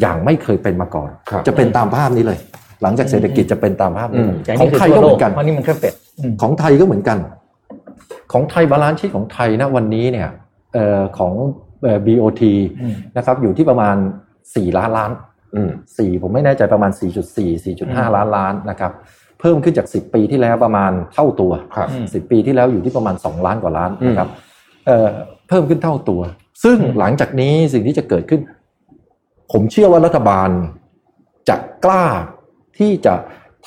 S4: อย่างไม่เคยเป็นมาก่อน
S2: ครับ
S4: จะเป็นตามภาพนี้เลย หลังจากเศรษฐกิจจะเป็นตามภาพนี้เลย
S3: แต่
S4: ของ
S3: นี่คือ
S4: ไทย
S3: ทั่
S4: ก็
S3: วโล
S4: เหมื
S3: ก
S4: อนกัน
S3: เพราะนี่มันแค่เป็ดอืม
S4: ของไทยก็เหมือนกัน ของไทยบาลานซ์ชีตของไทยนะวันนี้เนี่ยเอ่อของ เอ่อ BOT
S3: อืม
S4: นะครับอยู่ที่ประมาณ 4 ล้านล้าน
S2: อืม
S4: 4 ผมไม่แน่ใจประมาณ 4.4 4.5 ล้านล้านนะครับเพิ่มขึ้นจาก 10 ปีที่แล้วประมาณเท่าตัว
S2: ครับ
S3: อืม
S4: 10 ปีที่แล้วอยู่ที่ประมาณ 2 ล้านกว่าล้าน
S2: อืม
S4: นะครับเอ่อเพิ่มขึ้นเท่าตัว ซึ่ง
S3: อืม
S4: หลังจากนี้สิ่งที่จะเกิดขึ้น ผมเชื่อว่ารัฐบาลจะกล้าที่จะ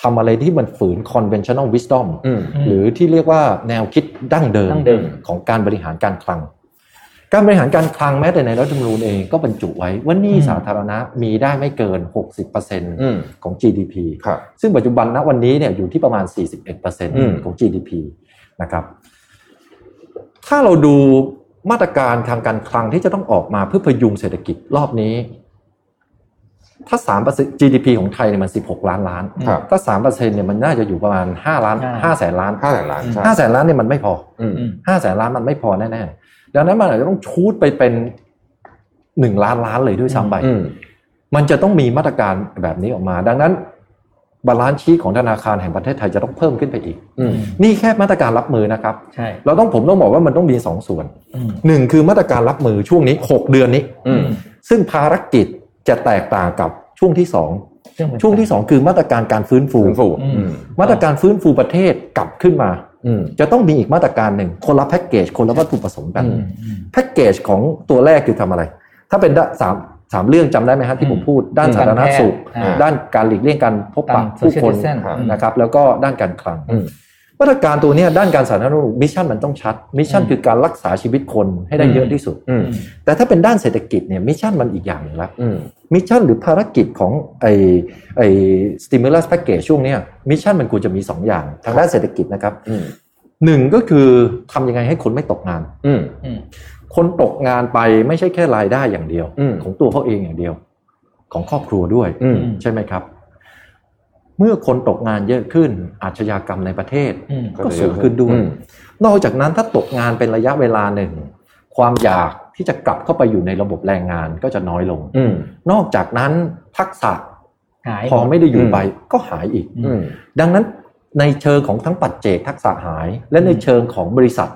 S4: ทำอะไรที่มันฝืน conventional wisdom
S2: อืม
S3: ม
S4: หรือที่เรียกว่าแนวคิดดั้งเดิม
S3: ดั้งเดิม
S4: ของการบริหารการคลัง การบริหารการคลังแม้แต่ในรัฐธรรมนูญเองก็บรรจุไว้ว่าหนี่สาธารณะมีได้ไม่เกิน
S2: อืม
S4: 60%ของ GDP
S2: ครับ
S4: ซึ่งปัจจุบันณวันนี้เนี่ยอยู่ที่ประมาณ
S2: ม
S4: 41%ของ GDP นะครับ ถ้าเราดูมาตรการทางการคลังที่จะต้องออกมาเพื่อพยุงเศรษฐกิจรอบนี้ ถ้า 3% GDP ของไทยเนี่ยมัน 16 ล้านล้าน
S2: ครับ
S4: ถ้า 3%เนี่ยมันน่าจะอยู่ประมาณ 5 ล้าน 5 แสนล้าน
S2: ห้าแสนล้านใช่
S4: ห้าแสนล้านเนี่ยมันไม่พอ
S2: อืม
S3: อืม
S4: ห้าแสนล้านมันไม่พอแน่ๆดังนั้นมันอาจจะต้องชูดไปเป็นหนึ่งล้านล้านเลยด้วยซ้ำไป
S2: อืม
S4: มันจะต้องมีมาตรการแบบนี้ออกมา ดังนั้นบาลานซ์ชีของธนาคารแห่งประเทศไทยจะต้องเพิ่มขึ้นไปอีก
S2: อืม
S4: นี่แค่มาตรการรับมือนะครับ
S3: ใช่
S4: เราต้องผมต้องบอกว่ามันต้องมีสองส่วน
S3: อืม
S4: หนึ่งคือมาตรการรับมือช่วงนี้หกเดือนนี้
S2: อืม
S4: ซึ่งภารกิจจะแตกต่างกับช่วงที่สอง
S3: ซึ่มัน
S4: ช่วงที่สองคือมาตรการการฟื้นฟู
S2: ฟื้นฟู
S3: อืม
S2: อืม
S4: มาตรการฟื้นฟูประเทศกลับขึ้นมา
S2: อืม
S4: จะต้องมีอีกมาตรการหนึ่งคนละแพ็กเกจคนละวัตถุประสงค์กัน
S2: อื
S3: อื
S2: ม
S3: มอืม
S4: แพ็กเกจของตัวแรกคือทำอะไร ถ้าเป็นด้านสามสามเรื่องจำได้ไหมฮะที่ผมพูด ด้านสาธารณสุข
S3: อ่า
S4: ด้านการหลีกเลี่ยงการพบปะ
S3: ตาม
S4: ผู้คน
S3: social distance
S2: ครับ
S3: อืม
S4: นะครับ แล้วก็ด้านการคลัง
S2: อืม
S4: มาตรการตัวเนี้ยด้านการสาธารณสุขมิชชั่นมันต้องชัดมิชชั่น
S3: อืม
S4: คือการรักษาชีวิตคนให้ได้เยอะที่สุด
S2: อืม
S4: แต่ถ้าเป็นด้านเศรษฐกิจเนี่ยมิชชั่นมันอีกอย่างหนึงละ
S2: อืม
S4: มิชชั่นหรือภารกิจของไอไอสติมูลัสแพ็กเกจช่วงเนี้ยมิชชั่นมันควรจะมีสองอย่างทางด้านเศรษฐกิจนะครับ
S2: อืม
S4: หนึ่งก็คือทำยังไงให้คนไม่ตกงาน
S2: อืม
S3: อืม
S4: คนตกงานไปไม่ใช่แค่รายได้อย่างเดียว
S2: อืม
S4: ของตัวเขาเองอย่างเดียว ของครอบครัวด้วย
S2: อืม
S4: ใช่ไหมครับ เมื่อคนตกงานเยอะขึ้นอาชญากรรมในประเทศ
S3: อืม
S4: ก็สูงขึ้นด้วย
S2: อืม
S4: นอกจากนั้นถ้าตกงานเป็นระยะเวลาหนึ่ง ความอยากที่จะกลับเข้าไปอยู่ในระบบแรงงานก็จะน้อยลง
S2: อืม
S4: นอกจากนั้นทักษะ
S3: หาย
S4: พอไม่ได้อยู่ไปก็หายอีก
S2: อืม
S4: ดังนั้นในเชิงของทั้งปัจเจกทักษะหาย และในเชิงของบริษัท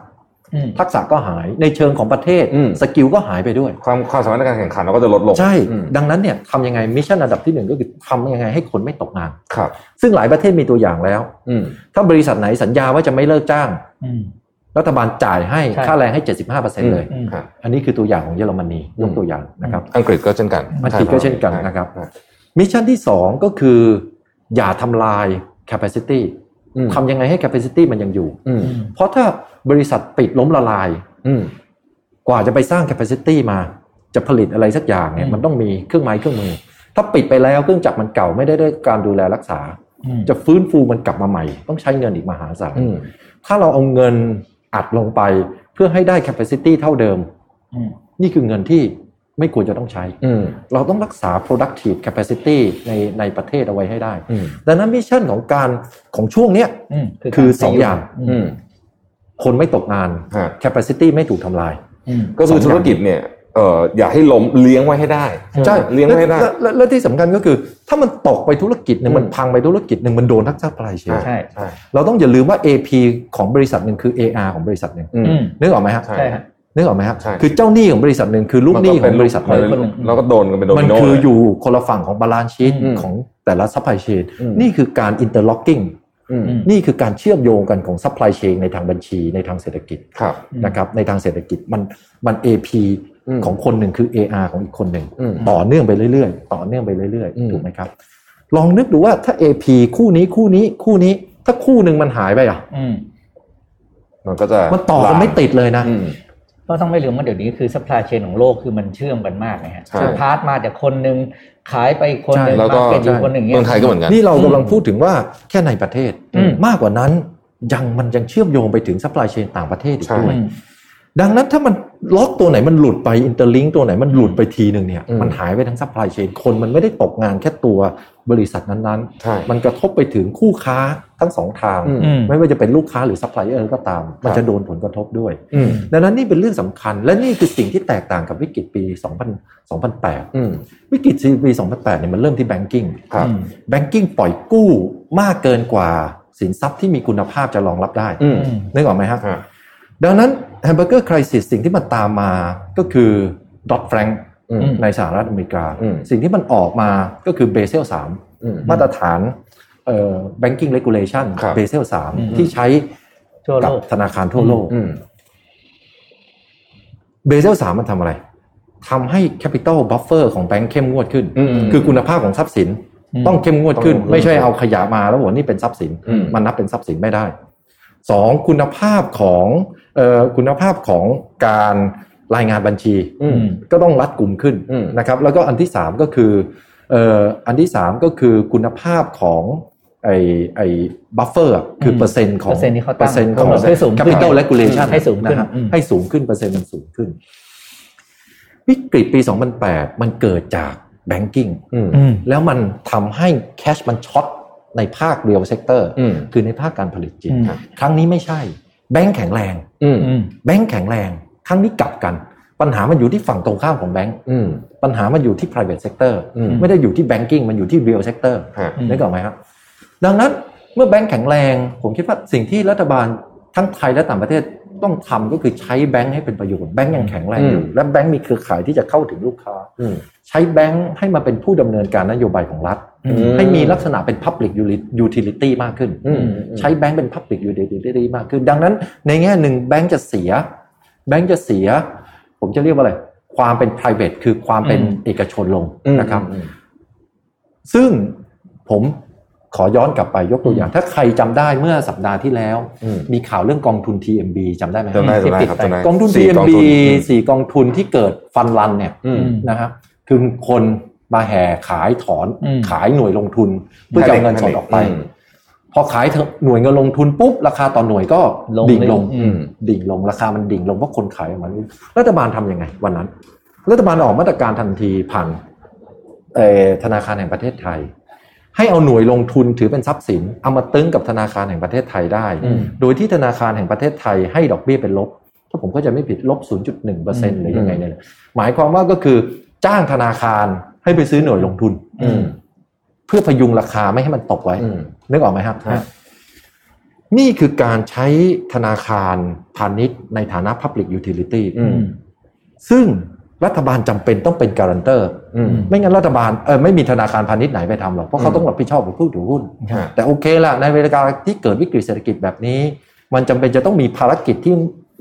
S3: อืม
S4: ทักษะก็หายในเชิงของประเทศ
S2: อืม
S4: สกิลก็หายไปด้วย
S2: ความความสามารถในการแข่งขันเราก็จะลดลง
S4: ใช่
S2: อืม
S4: ดังนั้นเนี่ยทำยังไงมิชชั่นอันดับที่หนึ่งก็คือทำยังไงให้คนไม่ตกงาน
S2: ครับ
S4: ซึ่งหลายประเทศมีตัวอย่างแล้ว
S2: อืม
S4: ถ้าบริษัทไหนสัญญาว่าจะไม่เลิกจ้าง
S3: อืม
S4: รัฐบาลจ่ายให้
S3: ใช่
S4: ค่าแรงให้ 75%เลย
S3: อืม
S2: ครับ
S4: อันนี้คือตัวอย่างของเยอรมนี
S2: อืม
S4: ยกตัวอย่างนะครับ
S2: อังกฤษก็เช่นกัน
S4: อังกฤษก็เช่นกัน
S2: ใ
S4: นะครับ
S2: ใช่
S4: มิชชั่นที่ 2 ก็คือ อย่าทำลาย capacity
S2: อืม
S4: ทำยังไงให้ capacity มันยังอยู่
S2: อืม
S4: เพราะถ้าบริษัทปิดล้มละลาย
S2: อืม
S4: กว่าจะไปสร้าง capacity มาจะผลิตอะไรสักอย่างเนี่
S3: อื
S4: ย
S3: ม
S4: มันต้องมีเครื่องไม้เครื่องมือ ถ้าปิดไปแล้วเครื่องจักรมันเก่าไม่ได้ได้การดูแลรักษา
S3: อืม
S4: จะฟื้นฟูมันกลับมาใหม่ ต้องใช้เงินอีกมหาศาล
S2: อืม
S4: ถ้าเราเอาเงินอัดลงไปเพื่อให้ได้ capacity เท่าเดิม
S3: อืม
S4: นี่คือเงินที่ไม่ควรจะต้องใช้
S2: อืม
S4: เราต้องรักษา productive capacity ในในประเทศเอาไว้ให้ได้
S2: อืม
S4: ดังนั้นมิชชั่นของการของช่วงเนี้ย
S3: อืม
S4: คื
S3: การ
S4: อ
S3: ใช้
S4: สองอย่าง
S2: อืม
S4: คนไม่ตกงาน
S2: ฮะ
S4: capacity ไม่ถูกทำลาย
S3: อืม
S2: ก็คือธุรกิจเนี่ยเอ่ออย่าให้ล้มเลี้ยงไว้ให้ได้
S4: ใช่
S2: เลี้ยงไว้ให้ได้
S4: แะและและที่สำคัญก็คือ ถ้ามันตกไปธุรกิจหนึ่ง
S2: อืม
S4: มันพังไปธุรกิจหนึ่งมันโดนทักษะปลายเชียว
S3: ใช่
S2: ใช่
S4: เราต้องอย่าลืมว่า AP ของบริษัทหนึ่งคือ AR ของบริษัทหนึ่ง
S2: อืม
S3: อืม
S4: นึกออกไหมฮะ
S2: ใช่
S3: ใช่ฮะ
S4: นึกออกไหมฮะ
S2: ใช่
S4: คือเจ้าหนี้ของบริษัทหนึ่งคือลูกหนี้ของบริษัทห
S2: มัน
S4: นึ่
S2: ก็
S4: ง
S2: เป็นลูกเราก็โดนกันเป็นโด
S4: มั
S2: มิ
S4: น
S2: โน
S4: คือ
S2: เลย
S4: อยู่คนละฝั่งของบาลานซ์ชีต
S3: อืม
S4: ของแต่ละซัพพลายเชน
S2: อืม
S4: นี่คือการอินเตอร์ล็อกกิ้ง
S2: อืม
S3: อืม
S4: นี่คือการเชื่อมโยงกันของซัพพลายเชนในทางบัญชีในทางเศรษฐกิจ
S2: ครับ
S3: อืม
S4: นะครับในทางเศรษฐกิจมันมัน AP
S2: อืม
S4: ของคนหนึ่งคือ AR ของอีกคนหนึ่ง
S2: อืม
S4: ต่อเนื่องไปเรื่อยๆ ต่อเนื่องไปเรื่อย
S2: อืม
S4: ๆ ถูกไหมครับ ลองนึกดูว่าถ้า AP คู่นี้คู่นี้คู่นี้ ถ้าคู่หนึ่งมันหายไปอ่ะ
S3: อืม
S2: มันก็จะ
S4: มันต่อกันไม่ติดเลยนะ
S2: อืม
S3: ก็ต้องไม่ลืมว่าเดี๋ยวนี้คือซัพพลายเชนของโลกคือมันเชื่อมกันมากนะฮะ
S2: ใช่
S3: คือพาร์ทมาจากคนหนึ่งขายไปคนหนึ่ง
S4: ใช่
S2: แล้ว
S3: มา
S2: ก็
S3: เก็ตอยู่คนหนึ่งเงี้
S2: เมืองไทย
S3: ย
S2: ก็เหมือนกัน
S4: นี่เรากำลังพูดถึงว่าแค่ในประเทศ
S3: อืม
S4: มากกว่านั้นยังมันยังเชื่อมโยงไปถึงซัพพลายเชนต่างประเทศอีก
S2: ใช่
S4: ด้ว
S3: อื
S4: ย
S3: ม
S4: ดังนั้นถ้ามันล็อกตัวไหนมันหลุดไปอินเตอร์ลิงตัวไหนมันหลุดไปทีหนึ่งเนี่ย
S2: อืม
S4: มันหายไปทั้งซัพพลายเชนคนมันไม่ได้ตกงานแค่ตัวบริษัทนั้น
S2: ใช่
S4: ๆ มันกระทบไปถึงคู่ค้าทั้งสองทาง
S2: อืม
S3: ม
S4: ไม่ว่าจะเป็นลูกค้าหรือซัพพลายเออร์ก็ตาม มั
S2: ค
S4: น
S2: รับ
S4: จะโดนผลกระทบด้วย
S2: อืม
S4: ดังนั้นนี่เป็นเรื่องสำคัญและนี่คือสิ่งที่แตกต่างกับวิกฤตปี 2000
S2: อืม
S4: 2008 วิกฤตปี 2008เนี่ยมันเริ่มที่แบงกิ้ง
S2: ครับ
S4: แบงกิ้งปล่อยกู้มากเกินกว่าสินทรัพย์ที่มีคุณภาพจะรองรับได้
S2: อืม
S3: อืม
S4: นึกออกไหมฮะ
S2: ฮะ
S4: ดังนั้นแฮมเบอร์เกอร์คริสสิ่งที่มันตามมาก็คือ ดอตแฟรงค์
S2: อืม
S4: ในสหรัฐอเมริกา
S2: อืม
S4: สิ่งที่มันออกมาก็คือเบเซลสาม
S2: อืม
S4: มาตรฐานเอ่อ banking regulation
S2: ครับ
S4: เบเซลสาม
S3: อืม
S4: ที่ใช้
S3: ทั่ว
S4: กั
S3: โล
S4: บ
S3: ก
S4: ธนาคารทั่วโลก
S2: อืม
S4: เบเซลสามมันทำอะไรทำให้ capital buffer ของแบงค์เข้มงวดขึ้น
S2: อืมอืม
S4: คือคุณภาพของทรัพย์สินต้องเข้มงวดขึ้น
S2: ต้อง
S4: ไม่ใช่เอาขยะมาแล้วบอกว่านี่เป็นทรัพย์สิน
S2: อืม
S4: มันนับเป็นทรัพย์สินไม่ได้สองคุณภาพของเอ่อคุณภาพของการรายงานบัญชี
S2: อืม
S4: ก็ต้องรัดกลุ่มขึ้น
S2: อืม
S4: นะครับ แล้วก็อันที่สามก็คือเอ่ออันที่สามก็คือคุณภาพของไอ้ไอ้บัฟเฟอร์คือเปอร์เซ็นต์ของ
S3: เปอร์เซ็นต์ที่เขา
S4: เปอ
S3: ตั้ง
S4: ร์เซ็นต์ของ
S3: กำหนดให้สูงขึ้น
S4: capital regulation
S3: ให้สูงขึ้น
S4: นะฮะ
S3: อืม
S4: ให้สูงขึ้นเปอร์เซ็นต์มันสูงขึ้น วิกฤตปี 2008 มันเกิดจากแบงกิ้ง
S2: อืม
S3: อืม
S4: แล้วมันทำให้แคชมันช็อตในภาคเรียลเซกเตอร์
S2: อืม
S4: คือในภาคการผลิตจริง
S3: อืม
S4: ครับครั้งนี้ไม่ใช่ แบงก์แข็งแรง
S2: อืม
S3: อืม
S4: แบงก์แข็งแรง ครั้งนี้กลับกัน ปัญหามันอยู่ที่ฝั่งตรงข้ามของแบงก์
S2: อืม
S4: ปัญหามันอยู่ที่ private sector
S2: อืม
S4: ไม่ได้อยู่ที่ banking มันอยู่ที่ real sector
S2: ฮะ
S3: อืม
S4: นึกออกไหมครับ ดังนั้นเมื่อแบงก์แข็งแรง ผมคิดว่าสิ่งที่รัฐบาลทั้งไทยและต่างประเทศต้องทำก็คือใช้แบงก์ให้เป็นประโยชน์ แบงก์ยังแข็งแรงอยู่
S2: อืม
S4: และแบงก์มีเครือข่ายที่จะเข้าถึงลูกค้า
S2: อืม
S4: ใช้แบงก์ให้มาเป็นผู้ดำเนินการนโยบายของรัฐ
S3: อืม
S4: ให้มีลักษณะเป็น public utility มากขึ้น
S2: อืม
S4: ใช้แบงก์เป็น Public Utility มากขึ้นดังนั้นในแง่หนึ่งแบงก์จะเสีย แบงก์จะเสีย ผมจะเรียกว่าอะไร ความเป็น private คือความเป็น
S3: อืม
S4: เอกชนลง
S2: อืม
S4: นะครับ
S2: อืม
S4: ซึ่งผมขอย้อนกลับไปยกตัวอย่าง ถ้าใครจำได้เมื่อสัปดาห์ที่แล้ว
S2: อืม
S4: มีข่าวเรื่องกองทุน TMB จำได้ไหม
S2: จำได้จำได้ครับจำได้
S4: กองทุน
S2: สี่กอง
S4: TMB
S2: ทุนอืม
S4: สี่กองทุนที่เกิดฟันรันเนี่ย
S2: อืม
S4: นะครับคือคนมาแห่ขายถอน
S3: อืม
S4: ขายหน่วยลงทุน เพื่อจะเอาเงินสดออกไป พอขายเถอะหน่วยเงินลงทุนปุ๊บราคาต่อหน่วยก็
S3: ลง
S4: ดิ่งลง
S3: เลยอืม
S4: ดิ่งลงราคามันดิ่งลงเพราะคนขายออกมาเรื่อยรัฐบาลทำยังไง วันนั้น รัฐบาลออกมาตรการทันทีผ่านเอ่อธนาคารแห่งประเทศไทย ให้เอาหน่วยลงทุนถือเป็นทรัพย์สิน เอามาตึงกับธนาคารแห่งประเทศไทยได้
S3: อืม
S4: โดยที่ธนาคารแห่งประเทศไทยให้ดอกเบี้ยเป็นลบถ้าผมก็จะไม่ผิดลบ 0.1%หรือยังไงเนี่ยหมายความว่าก็คือจ้างธนาคารให้ไปซื้อหน่วยลงทุน
S2: อืม
S4: เพื่อพยุงราคาไม่ให้มันตกไว้
S2: อืม
S4: นึกออกไหมครับ
S2: ครับ
S4: นี่คือการใช้ธนาคารพาณิชย์ในฐานะ Public Utility
S2: อืม
S4: ซึ่งรัฐบาลจำเป็นต้องเป็นการันเตอร์
S2: อืม
S4: ไม่งั้นรัฐบาลเออไม่มีธนาคารพาณิชย์ไหนไปทำหรอก เพราะเขาต้องรับผิดชอบกับผู้ถือหุ้น
S2: ฮะ
S4: แต่โอเคละในเวลาที่เกิดวิกฤตเศรษฐกิจแบบนี้ มันจำเป็นจะต้องมีภารกิจที่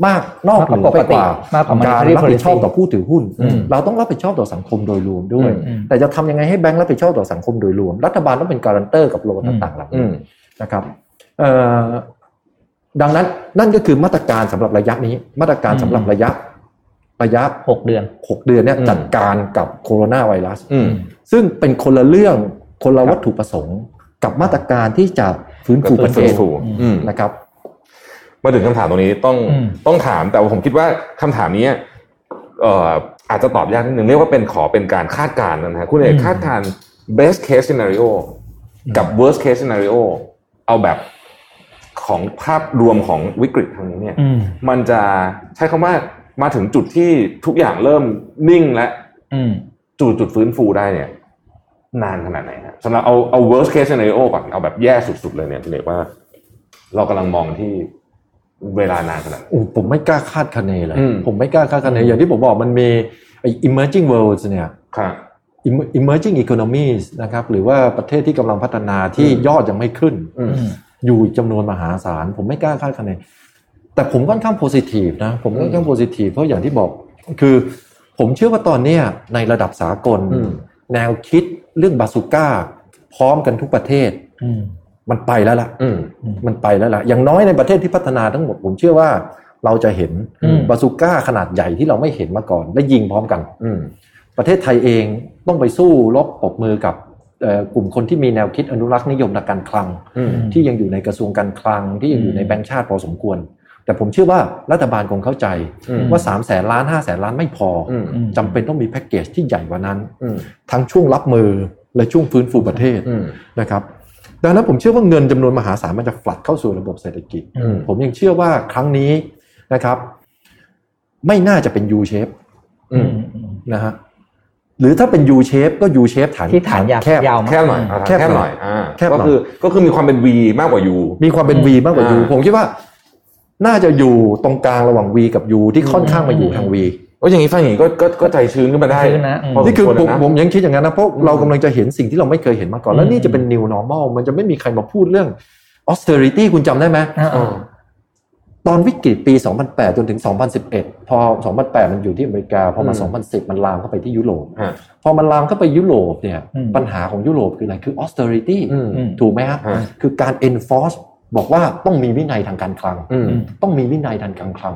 S4: มากนอกเหนือไปกว่าม
S3: ากกว่า
S4: การ
S3: monetary
S4: รับผิดชอบ
S3: policy
S4: ต่อผู้ถือหุ้น
S3: อืม
S4: เราต้องรับผิดชอบต่อสังคมโดยรวมด้วย
S3: อืม
S4: แต่จะทำยังไงให้แบงค์รับผิดชอบต่อสังคมโดยรวม รัฐบาลต้องเป็นการันเตอร์กับโลน
S3: อืม
S4: ต่างๆเหล่า
S2: อื
S4: นี้
S2: ม
S4: นะครับเอ่อดังนั้นนั่นก็คือมาตรการสำหรับระยะนี้ มาตรการสำหรับระยะระยะ
S3: หกเดือน
S4: หกเดือนเนี่ย
S2: อืม
S4: จัดการกับโคโรนาไวรัส
S2: อืม
S4: ซึ่งเป็นคนละเรื่องคนละวัตถุประสงค์กับมาตรการที่จะฟื้นฟูประเทศ
S2: ฟื้นฟูอืม
S4: นะครับ
S2: มาถึงคำถามตรงนี้ต้อง
S3: อืม
S2: ต้องถามแต่ว่าผมคิดว่าคำถามนี้เอ่ออาจจะตอบยากนิดนึงเรียกว่าเป็นขอเป็นการคาดการณ์นะฮะคุณเอก
S3: อืม
S2: คาดการณ์ best case scenario กับ worst case scenario เอาแบบของภาพรวมของวิกฤตครั้งนี้เนี่ย
S3: อืม
S2: มันจะใช้คำว่ามาถึงจุดที่ทุกอย่างเริ่มนิ่งและ
S3: อืม
S2: จุดจุดฟื้นฟูได้เนี่ย นานขนาดไหนฮะสำหรับเอาเอา worst case scenario ก่อนเอาแบบแย่สุดๆเลยเนี่ยคุณเอกว่า เรากำลังมองที่เวลานานขนาดไหน
S4: โอ้ผมไม่กล้าคาดคะเนเลย
S2: อืม
S4: ผมไม่กล้าคาดคะเน อย่างที่ผมบอกมันมีไอ้ emerging worlds เนี่ย
S2: ครับ
S4: Emer- emerging economies นะครับหรือว่าประเทศที่กำลังพัฒนาที่
S2: อืม
S4: ยอดยังไม่ขึ้น
S2: อืม
S4: อยู่จำนวนมหาศาล ผมไม่กล้าคาดคะเน แต่ผมค่อนข้างโพ i ิทีฟนะ ผมค่อนข้างโพ i ิทีฟเพราะอย่างที่บอก คือผมเชื่อว่าตอนเนี้ยในระดับสากล
S2: อืม
S4: แนวคิดเรื่องบาซูก้า พร้อมกันทุกประเทศ
S3: อืม
S4: มันไปแล้วล่ะ
S2: อืม
S4: มันไปแล้วล่ะ อย่างน้อยในประเทศที่พัฒนาทั้งหมด ผมเชื่อว่าเราจะเห็น
S3: อืม
S4: บาซูก้าขนาดใหญ่ที่เราไม่เห็นมาก่อน และยิงพร้อมกัน
S2: อืม
S4: ประเทศไทยเองต้องไปสู้รบปรบมือกับเอ่อกลุ่มคนที่มีแนวคิดอนุรักษ์นิยมทางการคลัง
S2: อืม
S4: ที่ยังอยู่ในกระทรวงการคลังที่ยังอยู่ใน
S3: อืม
S4: แบงก์ชาติพอสมควร แต่ผมเชื่อว่ารัฐบาลคงเข้าใจ
S2: อืม
S4: ว่า 3 0 0แสนล้าน 5 0 0แสนล้านไม่พออ
S2: อืม
S3: ม
S4: จำเป็นต้องมีแพ็กเกจที่ใหญ่กว่านั้น
S2: อืม
S4: ทั้งช่วงรับมือและช่วงฟื้นฟูประเทศ
S2: อืม
S4: นะครับ ดังนั้นผมเชื่อว่าเงินจำนวนมหาศาลมันจะฝลัดเข้าสู่ระบบเศรษฐกิจ
S2: อืม
S4: ผมยังเชื่อว่าครั้งนี้นะครับ ไม่น่าจะเป็น U shape
S2: อืม
S4: นะฮะหรือถ้าเป็น U shape ก็ U shape ฐาน
S3: ที่ฐานยาว
S4: แคบ
S3: ยาวมาก
S2: แคบหน่อยอ่ะ
S4: แคบ
S2: แคบ
S4: ห
S2: ห
S4: น่
S2: น่
S4: อ
S2: อยยอ่า
S4: แคบหน่
S2: ก็
S4: อย
S2: คือก็คือมีความเป็น V มากกว่า U
S4: มีความเป็น V มากกว่า U
S2: อ่า
S4: ผมคิดว่า น่าจะอยู่ตรงกลางระหว่าง V กับ U ที่ค่อนข้างมาอยู่ทาง V
S2: ก็อย่างนี้ฟังอย่างนี้ก็ก็ก็ใจชื้นขึ้นมาได้
S3: ใจชื้นนะอืม
S2: พส
S4: นี่คือ
S2: วร
S4: ผม
S2: นะ
S4: ผมยังคิดอย่างนั้นนะเพราะเรากำลังจะเห็นสิ่งที่เราไม่เคยเห็นมาก่อน แล้ว
S3: อืม
S4: นี่จะเป็น new normal มันจะไม่มีใครมาพูดเรื่อง austerity คุณจำได้ไหม
S3: อ่าๆ
S4: เออตอนวิกฤตปี 2008 จนถึง 2011 พอ 2008 มันอยู่ที่อเมริกา พอมา
S2: อืม
S4: 2010 มันลามเข้าไปที่ยุโรป
S2: ฮะ
S4: พอมันลามเข้าไปยุโรปเนี่ย
S3: อืม
S4: ปัญหาของยุโรปคืออะไรคือ austerity
S2: อืม
S3: อืม
S4: ถูกไหมครับ
S2: ฮะ
S4: คือการ enforce บอกว่าต้องมีวินัยทางการคลัง
S2: อืม
S4: ต้องมีวินัยทางการคลัง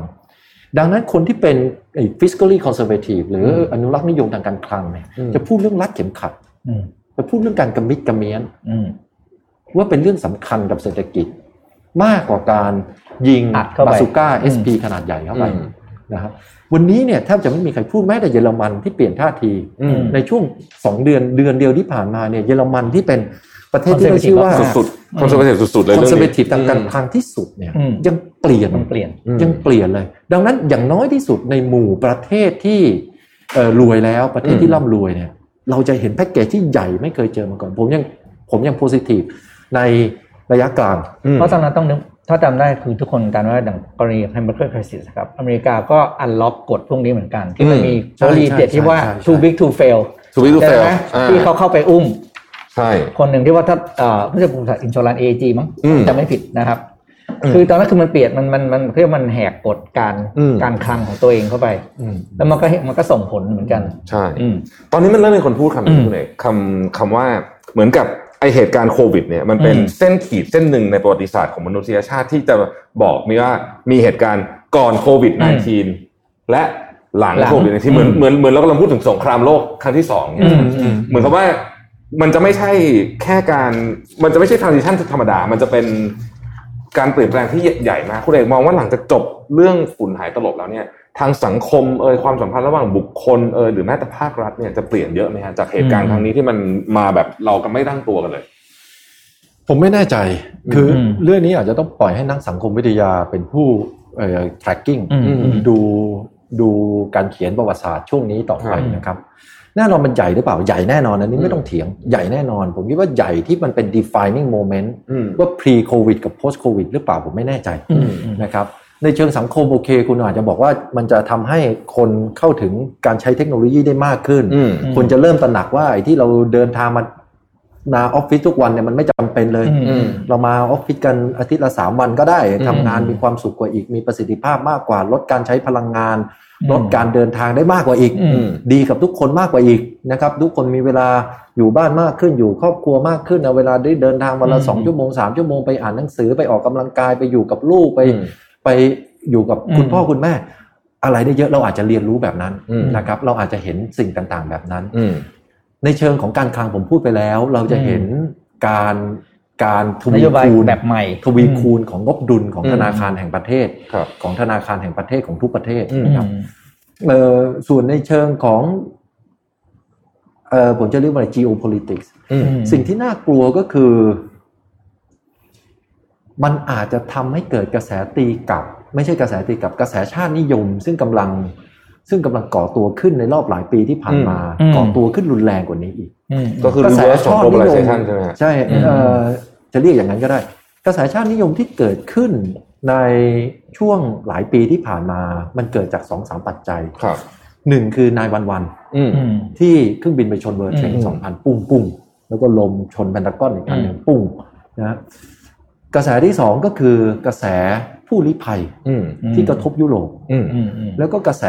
S4: ดังนั้นคนที่เป็นไอ้ fiscally conservative หรืออ
S2: ม
S4: อนุรักษ์นิยมทางการคลังเนี่ย
S2: อืม
S4: จะพูดเรื่องรัดเข็มขัด
S3: อืม
S4: จะพูดเรื่องการกำมิดกระเมียน
S3: อืม
S4: ว่าเป็นเรื่องสำคัญกับเศรษฐกิจ มากกว่าการยิง
S3: อัดเข้าไป
S4: บาซูก้า
S3: อืม
S4: SP ขนาดใหญ่เข้าไป
S2: อืม
S4: นะครับวันนี้เนี่ยแทบจะไม่มีใครพูดแม้แต่เยอรมันที่เปลี่ยนท่าที
S2: อืม
S4: ในช่วงสองเดือนเดือนเดียวที่ผ่านมาเนี่ยเยอรมันที่เป็นประเทศที่เราชื่อว่า
S2: สุดๆคอนเซอร์เวทีฟสุดๆเลย
S4: คอน
S2: เรื่อง
S4: เซอร์เวทีฟ
S2: นี้
S4: ทางการ
S2: อืม
S4: ทางที่สุดเนี่ย
S3: อืม
S4: ยังเปลี่ยน
S3: มันเปลี่ยน
S2: อืม
S4: ยังเปลี่ยนเลย ดังนั้นอย่างน้อยที่สุดในหมู่ประเทศที่เอ่อรวยแล้วประเทศ
S2: อื
S4: ที่
S2: ม
S4: ร่ำรวยเนี่ยเราจะเห็นแพ็กเกจที่ใหญ่ไม่เคยเจอมาก่อน ผมยังผมยังโพซิทีฟในระยะกลาง
S2: อืม
S3: เพราะตอนนั้นต้องนึกถ้าจำได้คือทุกคนจำว่าดังกรณีไฮเบอร์เกอร์คริสครับ อเมริกาก็อันล็อกกฎพวกนี้เหมือนกัน ที่มัน
S2: อืม
S3: มีโพลี
S4: ใช่
S3: เด็ดที่ว่า
S4: ใช่ใช่
S3: too big to fail
S2: สุวิทูเฟ
S3: ใช่
S2: ล
S3: ไหมที่เขาเข้าไปอุ้ม
S2: ใช่
S3: คนหนึ่งที่ว่าถ้าเอ่อผู้จัดการอินชอรันเอจีมั้ง
S2: อืม
S3: จำไม่ผิดนะครับ
S2: อืม
S3: คือตอนนั้นคือมันเปลี่ยนมันมันมันเรียกว่ามันแหกกฎการ
S2: อืม
S3: การคลังของตัวเองเข้าไป แล้วมันก็มันก็ส่งผลเหมือนกัน
S2: ใช่
S3: อืม
S2: ตอนนี้มันเริ่มมีคนพูดคำ
S3: อื
S2: นี้
S3: ม
S2: คุณเอกคำคำว่าเหมือนกับไอเหตุการณ์โควิดเนี่ยมันเป็น
S3: อืม
S2: เส้นขีดเส้นหนึ่งในประวัติศาสตร์ของมนุษยชาติที่จะบอกมีว่ามีเหตุการณ์ก่อนโควิด
S3: อื
S2: -19 และหลัง
S3: หลัง
S2: โควิดที่เหมือน
S3: อืม
S2: เหมือนเหมือนเรากำลังพูดถึงสงครามโลกครั้งที่สอง
S3: อืม
S2: เหมือนกับว่ามันจะไม่ใช่แค่การมันจะไม่ใช่ transition ธรรมดา มันจะเป็นการเปลี่ยนแปลงที่ใหญ่มากคุณเอกมองว่าหลังจากจบเรื่องฝุ่นหายตลบแล้วเนี่ย ทางสังคมเอ่ยความสัมพันธ์ระหว่างบุคคลเอ่ยหรือแม้แต่ภาครัฐเนี่ยจะเปลี่ยนเยอะไหมฮะจากเหตุการณ์ครั้งนี้ที่มันมาแบบเราก็ไม่ตั้งตัวกันเลย
S4: ผมไม่แน่ใจ คืออ
S3: ม
S4: เรื่องนี้อาจจะต้องปล่อยให้นักสังคมวิทยาเป็นผู้เอ่อ tracking
S3: อืมอืม
S4: ดูดูการเขียนประวัติศาสตร์ช่วงนี้ต่อไป
S3: ครับ
S4: นะครับ แน่นอนมันใหญ่หรือเปล่าใหญ่แน่นอนอันนี้ไม่ต้องเถียงใหญ่แน่นอน ผมคิดว่าใหญ่ที่มันเป็น defining moment
S2: อืม
S4: ว่า pre covid กับ post covid หรือเปล่าผมไม่แน่ใจ
S3: อืม
S4: นะครับในเชิงสังคมโอเค คุณอาจจะบอกว่ามันจะทำให้คนเข้าถึงการใช้เทคโนโลยีได้มากขึ้น
S2: อืม
S4: คนจะเริ่มตระหนักว่าไอ้ที่เราเดินทางมาหนาออฟฟิศทุกวันเนี่ยมันไม่จำเป็นเลย
S3: อืม
S4: เรามาออฟฟิศกันอาทิตย์ละสามวันก็ได้ทำงาน
S3: อืม
S4: มีความสุขกว่าอีกมีประสิทธิภาพมากกว่า ลดการใช้พลังงาน ลดการเดินทางได้มากกว่าอีก
S3: อืม
S4: ดีกับทุกคนมากกว่าอีกนะครับ ทุกคนมีเวลาอยู่บ้านมากขึ้นอยู่ครอบครัวมากขึ้นเอาเวลาได้เดินทางวันละ
S3: อืม
S4: สองชั่วโมงสามชั่วโมงไปอ่านหนังสือไปออกกำลังกายไปอยู่กับลูกไป
S2: อืม
S4: ไปอยู่กับ
S3: อืม
S4: คุณพ่อคุณแม่ อะไรได้เยอะเราอาจจะเรียนรู้แบบนั้น
S2: อืม
S4: นะครับ เราอาจจะเห็นสิ่งต่างๆ แบบนั้น
S2: อืม
S4: ในเชิงของการคลังผมพูดไปแล้ว เราจะเห็นการการท
S3: น
S4: วี
S3: โยบาย
S4: คูณ
S3: แบบใหม่
S4: ทวี
S3: อืม
S4: คูณของงบดุลของ
S2: อืม
S4: ธนาคารแห่งประเทศ
S2: ครับ
S4: ของธนาคารแห่งประเทศของทุกประเทศ
S2: อืม
S4: นะครับ เอ่อส่วนในเชิงของเอ่อผมจะเรียกว่าอะไร geopolitics
S2: อืม
S4: สิ่งที่น่ากลัวก็คือ มันอาจจะทำให้เกิดกระแสตีกลับ ไม่ใช่กระแสตีกลับกระแสชาตินิยม ซึ่งกำลัง ซึ่งกำลังก่อตัวขึ้นในรอบหลายปีที่ผ่านมา
S3: อืม
S4: ก่อตัวขึ้นรุนแรงกว่านี้อีก
S3: อืม
S2: ก็คือ
S4: กระแส
S2: reverse ของ
S4: ชาตินิยม
S2: globalization ใช่ไหมฮะ
S4: ใช่
S3: อืม
S4: เอ่อจะเรียกอย่างนั้นก็ได้ กระแสชาตินิยมที่เกิดขึ้นในช่วงหลายปีที่ผ่านมา มันเกิดจากสองสามปัจจัย
S2: ครับ
S4: หนึ่งคือนายวันวัน
S2: อืม
S3: อืม
S4: ที่เครื่องบินไปชนเวอร์เทรน
S3: อืม
S4: สองพันปุ้งปุ้งแล้วก็ลมชนแพนตากอนอีกอันหนึ่งปุ้งนะกระแสที่สองก็คือกระแสผู้ลี้ภัย
S2: อืม
S4: ที่กระทบยุโรป
S2: อืม
S3: อืมอืม
S4: แล้วก็กระแส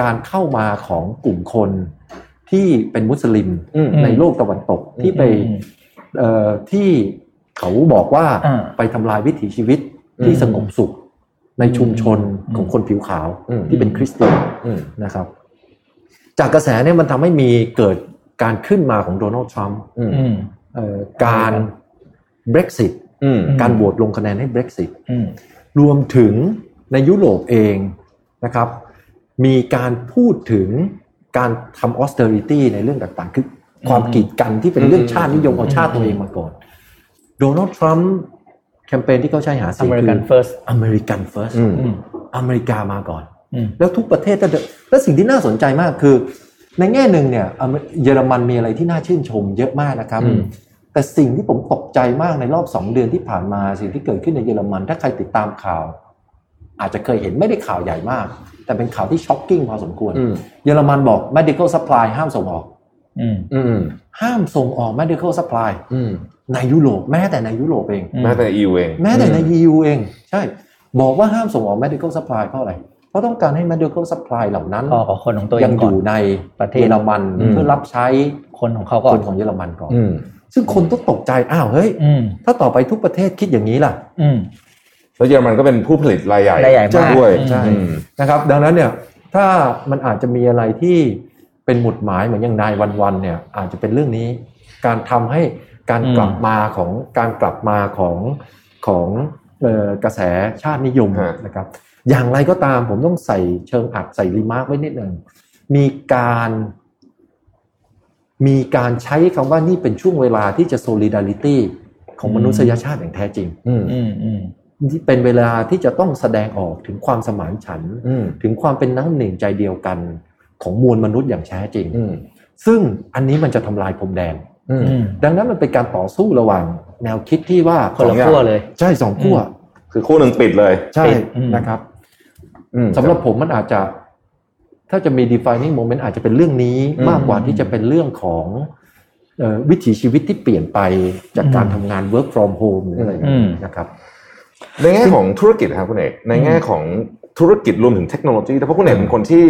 S4: การเข้ามาของกลุ่มคนที่เป็นมุสลิม
S2: อืม
S4: ในโลกตะวันตกที่ไปเอ่อที่เขาบอกว่า
S3: อ่า
S4: ไปทำลายวิถีชีวิตที่สงบสุขในชุมชน
S3: อืม
S4: ของคนผิวขาว
S2: อืม
S4: ที่เป็นคริสเตียน
S2: อืม
S4: นะครับจากกระแสเนี่ยมันทำให้มีเกิดการขึ้นมาของโดนัลด์ทรัมป์
S2: อืม
S3: อืม
S4: เอ่อการ
S3: ครับ
S4: Brexit
S2: อืม
S3: ม
S4: การโหวตลงคะแนนให้ Brexit
S3: อืม
S4: รวมถึงในยุโรปเองนะครับ มีการพูดถึงการทำ austerity ในเรื่องต่างๆ คือความกีดกันที่เป็นเรื่องชาตินิยมเอาชาติตัวเองมาก่อนโดนัลด์ทรัมป์แคมเปญที่เขาใช้หาเสียงคือ
S3: American First
S4: อเมริกันเฟิร์ส
S2: อืม
S3: อืม
S4: อเมริกามาก่อน
S3: อืม
S4: แล้วทุกประเทศก็จะแล้วสิ่งที่น่าสนใจมากคือ ในแง่หนึ่งเนี่ยอเมเยอรมันมีอะไรที่น่าชื่นชมเยอะมากนะครับ
S2: อืม
S4: แต่สิ่งที่ผมตกใจมากในรอบสองเดือนที่ผ่านมาสิ่งที่เกิดขึ้นในเยอรมัน ถ้าใครติดตามข่าว อาจจะเคยเห็นไม่ได้ข่าวใหญ่มาก แต่เป็นข่าวที่ช็อกกิ้งพอสมควร
S2: อืม
S4: เยอรมันบอก medical supply ห้ามส่งออก
S3: อืม
S2: อืม
S4: ห้ามส่งออก medical supply
S2: อืม
S4: ในยุโรปแม้แต่ในยุโรปเอง
S3: อืม
S2: แม้แต่อีเอง
S4: แม้แต่ใน EU เอง ใช่ บอกว่าห้ามส่งออก medical supply เพราะอะไร เพราะต้องการให้ medical supply เหล่านั้น
S3: ก็ของคนของตัวเอ
S4: ยัง งอ
S3: ก่อน
S4: ยู่ใน
S3: ประเทศ
S4: เยอรมันเพื่อรับใช้
S3: คนของเขา
S4: ค
S3: ก่อน
S4: นของเยอรมันก่อน
S2: อืม
S4: ซึ่งคนก็ตกใจอ้าวเฮ้ย
S3: อืม
S4: ถ้าต่อไปทุกประเทศคิดอย่างนี้ล่ะ
S3: อืม
S2: แล้วเยอรมันก็เป็นผู้ผลิตรายใหญ่
S3: รายใหญ่มาก
S2: ด้วย
S3: ใช่
S2: อืม
S4: นะครับ ดังนั้นเนี่ยถ้ามันอาจจะมีอะไรที่เป็นหมุดหมายเหมือนอย่างนายวันวันๆเนี่ยอาจจะเป็นเรื่องนี้ การทำให้การ
S3: อืม
S4: กลับมาของการกลับมาของของเอ่อกระแสชาตินิยม
S2: ฮะ
S4: นะครับ อย่างไรก็ตามผมต้องใส่เชิงอัดใส่รีมาร์กไว้นิดหนึ่งมีการ มีการใช้คำว่านี่เป็นช่วงเวลาที่จะ solidarity ของมนุษยชาติอย่างแท้จริง
S2: อืม
S3: อืมอืม
S4: ที่เป็นเวลาที่จะต้องแสดงออกถึงความสมานฉันท์
S2: อืม
S4: ถึงความเป็นน้ำหนึ่งใจเดียวกันของมวลมนุษย์อย่างแท้จริง
S2: อืม
S4: ซึ่งอันนี้มันจะทำลายพรมแดน
S2: อืม
S3: อืม
S4: ดังนั้นมันเป็นการต่อสู้ระหว่างแนวคิดที่ว่า
S3: คน
S2: สอ
S3: ละ
S2: งอย่าง
S3: ขั้วเลย
S4: ใช่สองขั้ว
S2: คือคู่หนึ่งปิดเลย
S4: ใช่
S3: ปิดอืม
S4: นะครับ
S2: อืม
S4: สำหรับผมมันอาจจะ ถ้าจะมี defining moment อาจจะเป็นเรื่องนี้
S2: อืม
S4: มากกว่าที่จะเป็นเรื่องของเอ่อวิถีชีวิตที่เปลี่ยนไปจากการ
S3: อืม
S4: ทำงาน work from home หรืออะไรอย่างนี้นะครับ
S2: ในแง่ของธุรกิจนะครับคุณเอกในแง่ของธุรกิจรวมถึงเทคโนโลยีแต่เพราะคุณเอกเป็นคนที่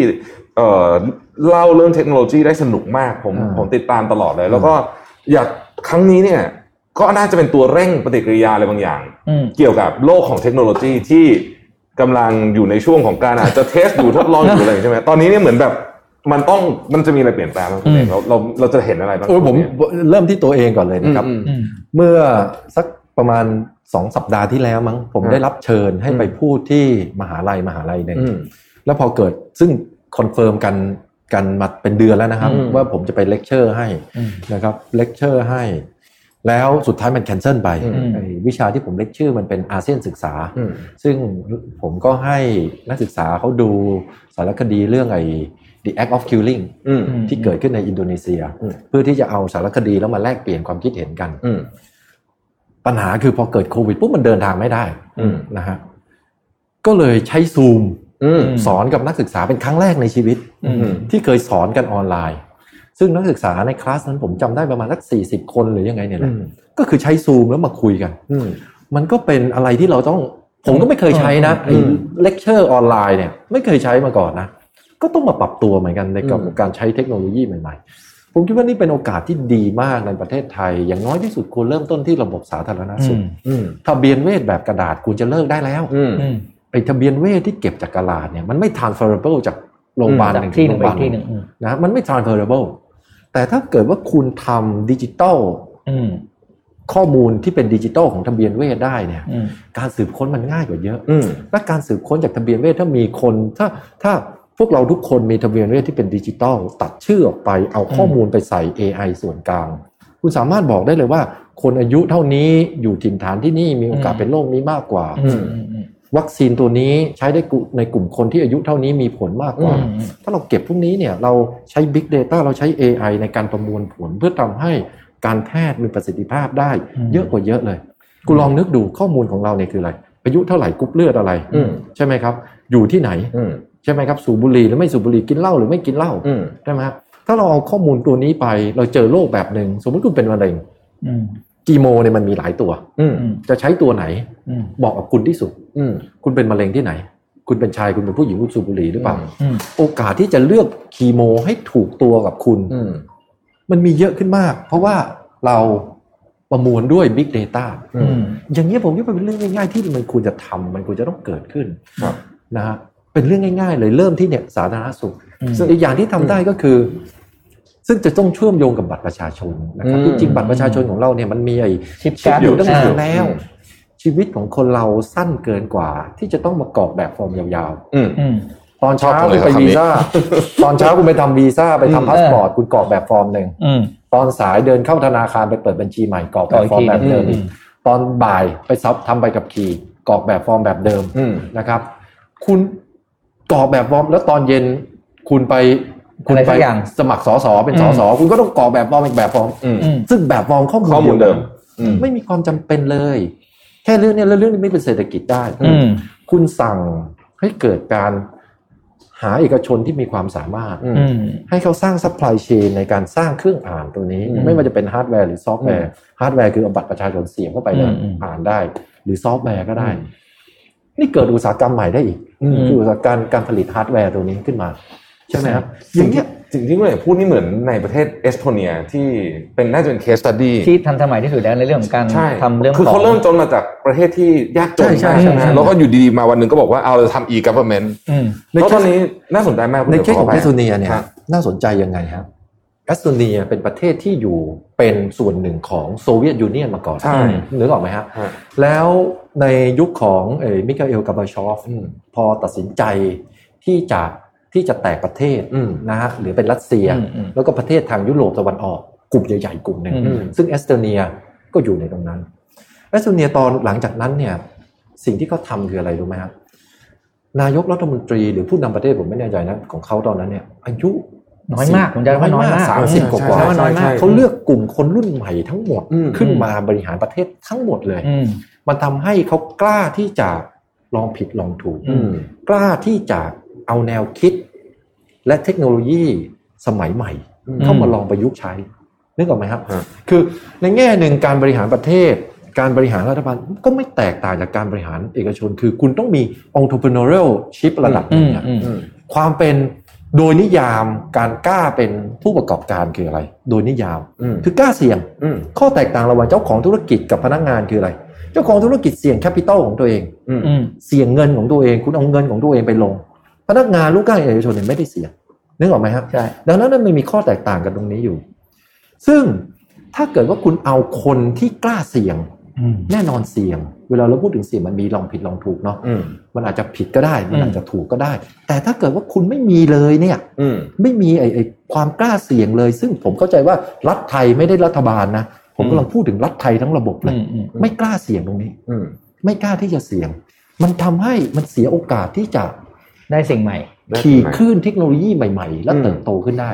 S2: เอ่อเล่าเรื่องเทคโนโลยีได้สนุกมากผม
S4: อ่า
S2: ผมติดตามตลอดเลย แล้วก็อยากครั้งนี้เนี่ยก็น่าจะเป็นตัวเร่งปฏิกิริยาอะไรบางอย่าง
S3: อืม
S2: เกี่ยวกับโลกของเทคโนโลยีที่กำลังอยู่ในช่วงของการอาจจะเทสอยู่ ทดลองอยู่อะไรอย่างเงี้ยใช่ไหมตอนนี้เนี่ยเหมือนแบบมันต้องมันจะมีอะไรเปลี่ยนแปลงบ้างคุณเอกเราเราเราจะเห็นอะไรบ้าง
S4: โอ้ยผมเริ่มที่ตัวเองก่อนเลย
S2: นะ
S4: นะ
S2: ค
S4: ค
S2: รั
S4: รับ บ
S3: อืม
S4: เมื่อสักประมาณสองสัปดาห์ที่แล้วมั้ง ผม
S2: อ่า
S4: ได้รับเชิญให้
S2: อืม
S4: ไปพูดที่มหาลัยมหาลัยหนึ่ง
S2: อืม
S4: แล้วพอเกิดซึ่งคอนเฟิร์มกันกันมาเป็นเดือนแล้วนะครับ
S2: อืม
S4: ว่าผมจะไปเลคเชอร์ให้
S3: อืม
S4: นะครับเลคเชอร์ให้ แล้วสุดท้ายมันแคนเซิลไป
S3: อืม
S4: ไอ้วิชาที่ผมเลคเชอร์มันเป็นอาเซียนศึกษา
S2: อืม
S4: ซึ่งผมก็ให้นักศึกษาเขาดูสารคดีเรื่องไอ้ The Act of Killing
S2: อืม
S4: ที่เกิดขึ้นในอินโดนีเซีย
S2: อืม
S4: เพื่อที่จะเอาสารคดีแล้วมาแลกเปลี่ยนความคิดเห็นกัน
S2: อืม
S4: ปัญหาคือพอเกิดโควิดปุ๊บมันเดินทางไม่ได้
S2: อืม
S4: นะฮะก็เลยใช้ซูม
S2: อืม
S4: สอนกับนักศึกษาเป็นครั้งแรกในชีวิต
S3: อืม
S4: ที่เคยสอนกันออนไลน์ ซึ่งนักศึกษาในคลาสนั้นผมจำได้ประมาณสักสี่สิบคนหรือยังไงเนี่ยแหละก็คือใช้ซูมแล้วมาคุยกัน
S2: อืม
S4: มันก็เป็นอะไรที่เราต้อง ผมก็ไม่เคยใช้นะ
S2: อื
S4: ไอ้
S2: ม
S4: เลคเชอร์ออนไลน์เนี่ย ไม่เคยใช้มาก่อนนะ ก็ต้องมาปรับตัวเหมือนกันในกับ
S2: อืม
S4: การใช้เทคโนโลยีใหม่ๆ ผมคิดว่านี่เป็นโอกาสที่ดีมากในประเทศไทย อย่างน้อยที่สุดควรเริ่มต้นที่ระบบสาธารณสุข
S2: อืม
S4: ทะเบียนเวทแบบกระดาษคุณจะเลิกได้แล้ว
S2: อืม
S3: อืม
S4: ไอ้ทะเบียนเวทที่เก็บจากกระดาษเนี่ยมันไม่ transferable จากโรงพยาบาล
S3: จาก
S4: หนึ่ง
S3: ที่หนึ่ง
S4: โร
S3: ไป
S4: พยาบาล
S3: อีกที่หนึ่งอืม
S4: นะมันไม่ transferable แต่ถ้าเกิดว่าคุณทำดิจิตอล
S3: อืม
S4: ข้อมูลที่เป็นดิจิตอลของทะเบียนเวทได้เนี่ย
S3: อืม
S4: การสืบค้นมันง่ายกว่าเยอะ
S2: อืม
S4: และการสืบค้นจากทะเบียนเวทถ้ามีคน ถ้าถ้าพวกเราทุกคนมีทะเบียนเวทที่เป็นดิจิตอลตัดชื่อออกไปเอาข้อมูลไปใส่ AI ส่วนกลาง คุณสามารถบอกได้เลยว่า คนอายุเท่านี้อยู่ถิ่นฐานที่นี่มีโอกาส
S3: อืม
S4: เป็นโรคนี้มากกว่า
S2: อืม
S4: วัคซีนตัวนี้ใช้ได้กลุ่มในกลุ่มคนที่อายุเท่านี้มีผลมากกว่า
S3: อืม
S4: ถ้าเราเก็บพวกนี้เนี่ยเราใช้ Big Data เราใช้ AI ในการประมวลผลเพื่อทำให้การแพทย์มีประสิทธิภาพได้
S3: อืม
S4: เยอะกว่าเยอะเลยกูลองนึกดูข้อมูลของเราเนี่ยคืออะไร อายุเท่าไหร่กรุ๊ปเลือดอะไร
S2: อืม
S4: ใช่ไหมครับ อยู่ที่ไหน
S2: อืม
S4: ใช่ไหมครับ สูบบุหรี่หรือไม่สูบบุหรี่กินเหล้าหรือไม่กินเหล้า
S2: อืม
S4: ใช่ไหมฮะถ้าเราเอาข้อมูลตัวนี้ไป เราเจอโรคแบบหนึ่งสมมติคุณเป็นมะเร็ง
S3: อืม
S4: กีโมเนี่ยมันมีหลายตัว
S2: อืม
S3: อืม
S4: จะใช้ตัวไหน
S3: อืม
S4: เหมาะกับคุณที่สุด
S2: อืม
S4: คุณเป็นมะเร็งที่ไหน คุณเป็นชายคุณเป็นผู้หญิงคุณสูบบุหรี่หรือเปล่า
S2: อืม
S3: อืม
S4: โอกาสที่จะเลือกคีโมให้ถูกตัวกับคุณ
S2: อืม
S4: มันมีเยอะขึ้นมาก เพราะว่าเราประมวลด้วย Big Data
S2: อื
S3: อื
S2: ม
S3: ม
S4: อย่างนี้ยผมคิดว่าเป็นเรื่องง่ายๆที่มันควรจะทำมันควรจะต้องเกิดขึ้น
S2: ครับ
S4: นะฮะเป็นเรื่องง่ายๆ เลยเริ่มที่เนี่ยสาธารณสุข
S3: อืม
S4: ซึ่งอีกอย่างที่ทำได้ก็คือ ซึ่งจะต้องเชื่อมโยงกับบัตรประชาชนนะครับที่จริงบัตรประชาชนของเราเนี่ยมันมีไอ้
S3: ชิป
S4: ชิป
S3: การ์ด
S4: อยู่ตั้งนาน
S3: อ่า
S4: แล้ว
S2: อืม
S4: ชีวิตของคนเราสั้นเกินกว่า ที่จะต้องมากรอกแบบฟอร์มยาว
S2: อืม
S3: อืม
S4: ๆ ตอนเช้า
S2: ชอบ
S4: คุณไป
S2: เลยครับ
S4: วีซ่าตอนเช้า [LAUGHS] คุณไปทำวีซ่าไป
S2: อืม
S4: ทำพาสปอร์ตคุณกรอกแบบฟอร์มหนึ่ง
S3: อืม
S4: ตอนสายเดินเข้าธนาคารไปเปิดบัญชีใหม่กรอกแบบฟอร์ม
S3: กร
S4: แบอก บ
S3: อีกที
S4: เดิม
S3: หนึ่
S4: อี
S3: ง
S4: กตอนบ่ายไปซับทำใบกับขี่กรอกแบบฟอร์มแบบเดิม
S2: อืม
S4: นะครับ คุณกรอกแบบฟอร์มแล้วตอนเย็นคุณไปคุณ
S3: อะไรสั
S4: ไป
S3: กอย่าง
S4: สมัครสอสอเป็น
S3: อืม
S4: สอสอคุณก็ต้องกรอกแบบฟอร์มอีกแบบฟอร์ม
S2: อืม
S3: อืม
S4: ซึ่งแบบฟอร์มข้อมูล
S2: ข้อมูลเดิม อืม
S4: ไม่มีความจำเป็นเลย แค่เรื่องเนี้แล้วเรื่องนี้ไม่เป็นเศรษฐกิจได้
S3: อืม
S4: คุณสั่งให้เกิดการหาเอกชนที่มีความสามารถ
S2: อืม
S3: อืม
S4: ให้เขาสร้างซัพพลายเชนในการสร้างเครื่องอ่านตัวนี้
S2: อืม
S4: ไม่ว่าจะเป็นฮาร์ดแวร์หรือซอฟต์แวร์ฮาร์ดแวร์คือเอาบัตรประชาชนเสียบเข้าไปแล้ว
S3: อืม
S4: อ่านได้ หรือซอฟต์แวร์ก็ได้
S2: อืม
S4: นี่เกิดอุตสาหกรรมใหม่ได้อีก
S2: อืม
S4: คืออุตสาหกรรมการผลิตฮาร์ดแวร์ตัวนี้ขึ้นมา ใช่ไหมครับอ
S2: สิ่
S4: ย่าง งเงี้
S2: ที่
S4: ย
S2: สิ่งที่คุณเอกพูดนี่เหมือนในประเทศเอสโตเนียที่เป็นน่าจะเป็นเคสตัดดี้
S3: ที่ทันสมัยที่สุดแล้วในเรื่องของการ
S2: ใช่
S3: ทำเรื่อง
S2: คือเขา
S3: ง
S2: เริ่มจนมาจากประเทศที่ยากจน
S4: ใช่
S2: มาก
S4: ใช่
S2: ใช่ไหม
S3: ใช่
S2: แล้วก็อยู่ดีๆมาวันหนึ่งก็บอกว่าเอาเราจะทำ e-government
S3: อืม
S4: ใน
S2: แล้ว
S4: เคส
S2: ตอนนี้น่าสนใจมากณ
S4: ใน
S2: อก
S4: เคสของ
S2: ไป
S4: แอสโตเนียเนี่ย
S2: ครับ
S4: น่าสนใจยังไงครับแอสโตเนียเป็นประเทศที่อยู่เป็นส่วนหนึ่งของโซเวียตยูเนียนมาก่อน
S2: ใช่
S4: นึกออกไหมฮะ
S2: ฮะ
S4: แล้วในยุคของเอ่อมิคาเอลกาบาชอฟ
S2: อืม
S4: พอตัดสินใจที่จะที่จะแตกประเทศ
S2: อืม
S4: นะฮะหรือเป็นรัสเซีย
S3: อืมอืม
S4: แล้วก็ประเทศทางยุโรปตะวันออกกลุ่มใหญ่ๆกลุ่มหนึ่ง
S3: อืม
S4: ซึ่งเอสโตเนียก็อยู่ในตรงนั้นเอสโตเนียตอนหลังจากนั้นเนี่ยสิ่งที่เขาทำคืออะไรรู้ไหมครับนายกรัฐมนตรีหรือผู้นำประเทศผมไม่แน่ใจนะของเขาตอนนั้นเนี่ยอายุ
S3: น้อยมากผมจะว่าน้อยมาก
S4: สามสิบกว่า
S3: ใช่ว่าน้อยมาก
S2: ใช่
S4: เขาเลือกกลุ่มคนรุ่นใหม่ทั้งหมด
S2: อืม
S4: ขึ้นมาบริหารประเทศทั้งหมดเลย
S3: อืม
S4: มันทำให้เขากล้าที่จะลองผิดลองถูก
S3: อื
S2: อืม
S4: กล้าที่จะเอาแนวคิด และเทคโนโลยีสมัยใหม่
S2: อืม
S4: เข้ามาลองประยุกต์ใช้นึกออกไหมครับ
S2: ครับ
S4: คือในแง่หนึ่งการบริหารประเทศ การบริหารรัฐบาลก็ไม่แตกต่างจากการบริหารเอกชน คือคุณต้องมี entrepreneurship ระดับหนึ
S3: อื
S4: ง
S3: ม
S4: เนี่ย
S3: อืม
S2: อืม
S4: ความเป็นโดยนิยามการกล้าเป็นผู้ประกอบการคืออะไร โดยนิยาม
S2: อืม
S4: คือกล้าเสี่ยง
S2: อืม
S4: ข้อแตกต่างระหว่างเจ้าของธุรกิจกับพนักงานคืออะไร เจ้าของธุรกิจเสี่ยงแคปิตอลของตัวเอง
S2: อืม
S3: อืม
S4: เสี่ยงเงินของตัวเอง คุณเอาเงินของตัวเองไปลง พนักงานลูกจ้างเอกชนเนี่ยไม่ได้เสี่ยงนึกออกไหมครับ
S3: ใช่
S4: ดังนั้นมันมีข้อแตกต่างกันตรงนี้อยู่ ซึ่งถ้าเกิดว่าคุณเอาคนที่กล้าเสี่ยง
S3: อืม
S4: แน่นอนเสี่ยง เวลาเราพูดถึงเสี่ยงมันมีลองผิดลองถูกเนาะ
S2: อืม
S4: มันอาจจะผิดก็ได้มัน
S3: อืม
S4: อาจจะถูกก็ได้ แต่ถ้าเกิดว่าคุณไม่มีเลยเนี่ย
S2: อืม
S4: ไม่มีไอ้ไอ้ความกล้าเสี่ยงเลย ซึ่งผมเข้าใจว่ารัฐไทยไม่ได้รัฐบาลนะผมกำลังพูดถึงรัฐไทยทั้งระบบเล
S3: อื
S4: ย
S3: มอืม
S4: ไม่กล้าเสี่ยงตรงนี้
S2: อืม
S4: ไม่กล้าที่จะเสี่ยง มันทำให้มันเสียโอกาสที่จะ
S3: ได้สิ่งใหม่
S4: ขี่
S2: ได้
S4: คลื่นเทคโนโลยีใหม่ ๆ และ
S2: อืม
S4: เติบโตขึ้นได้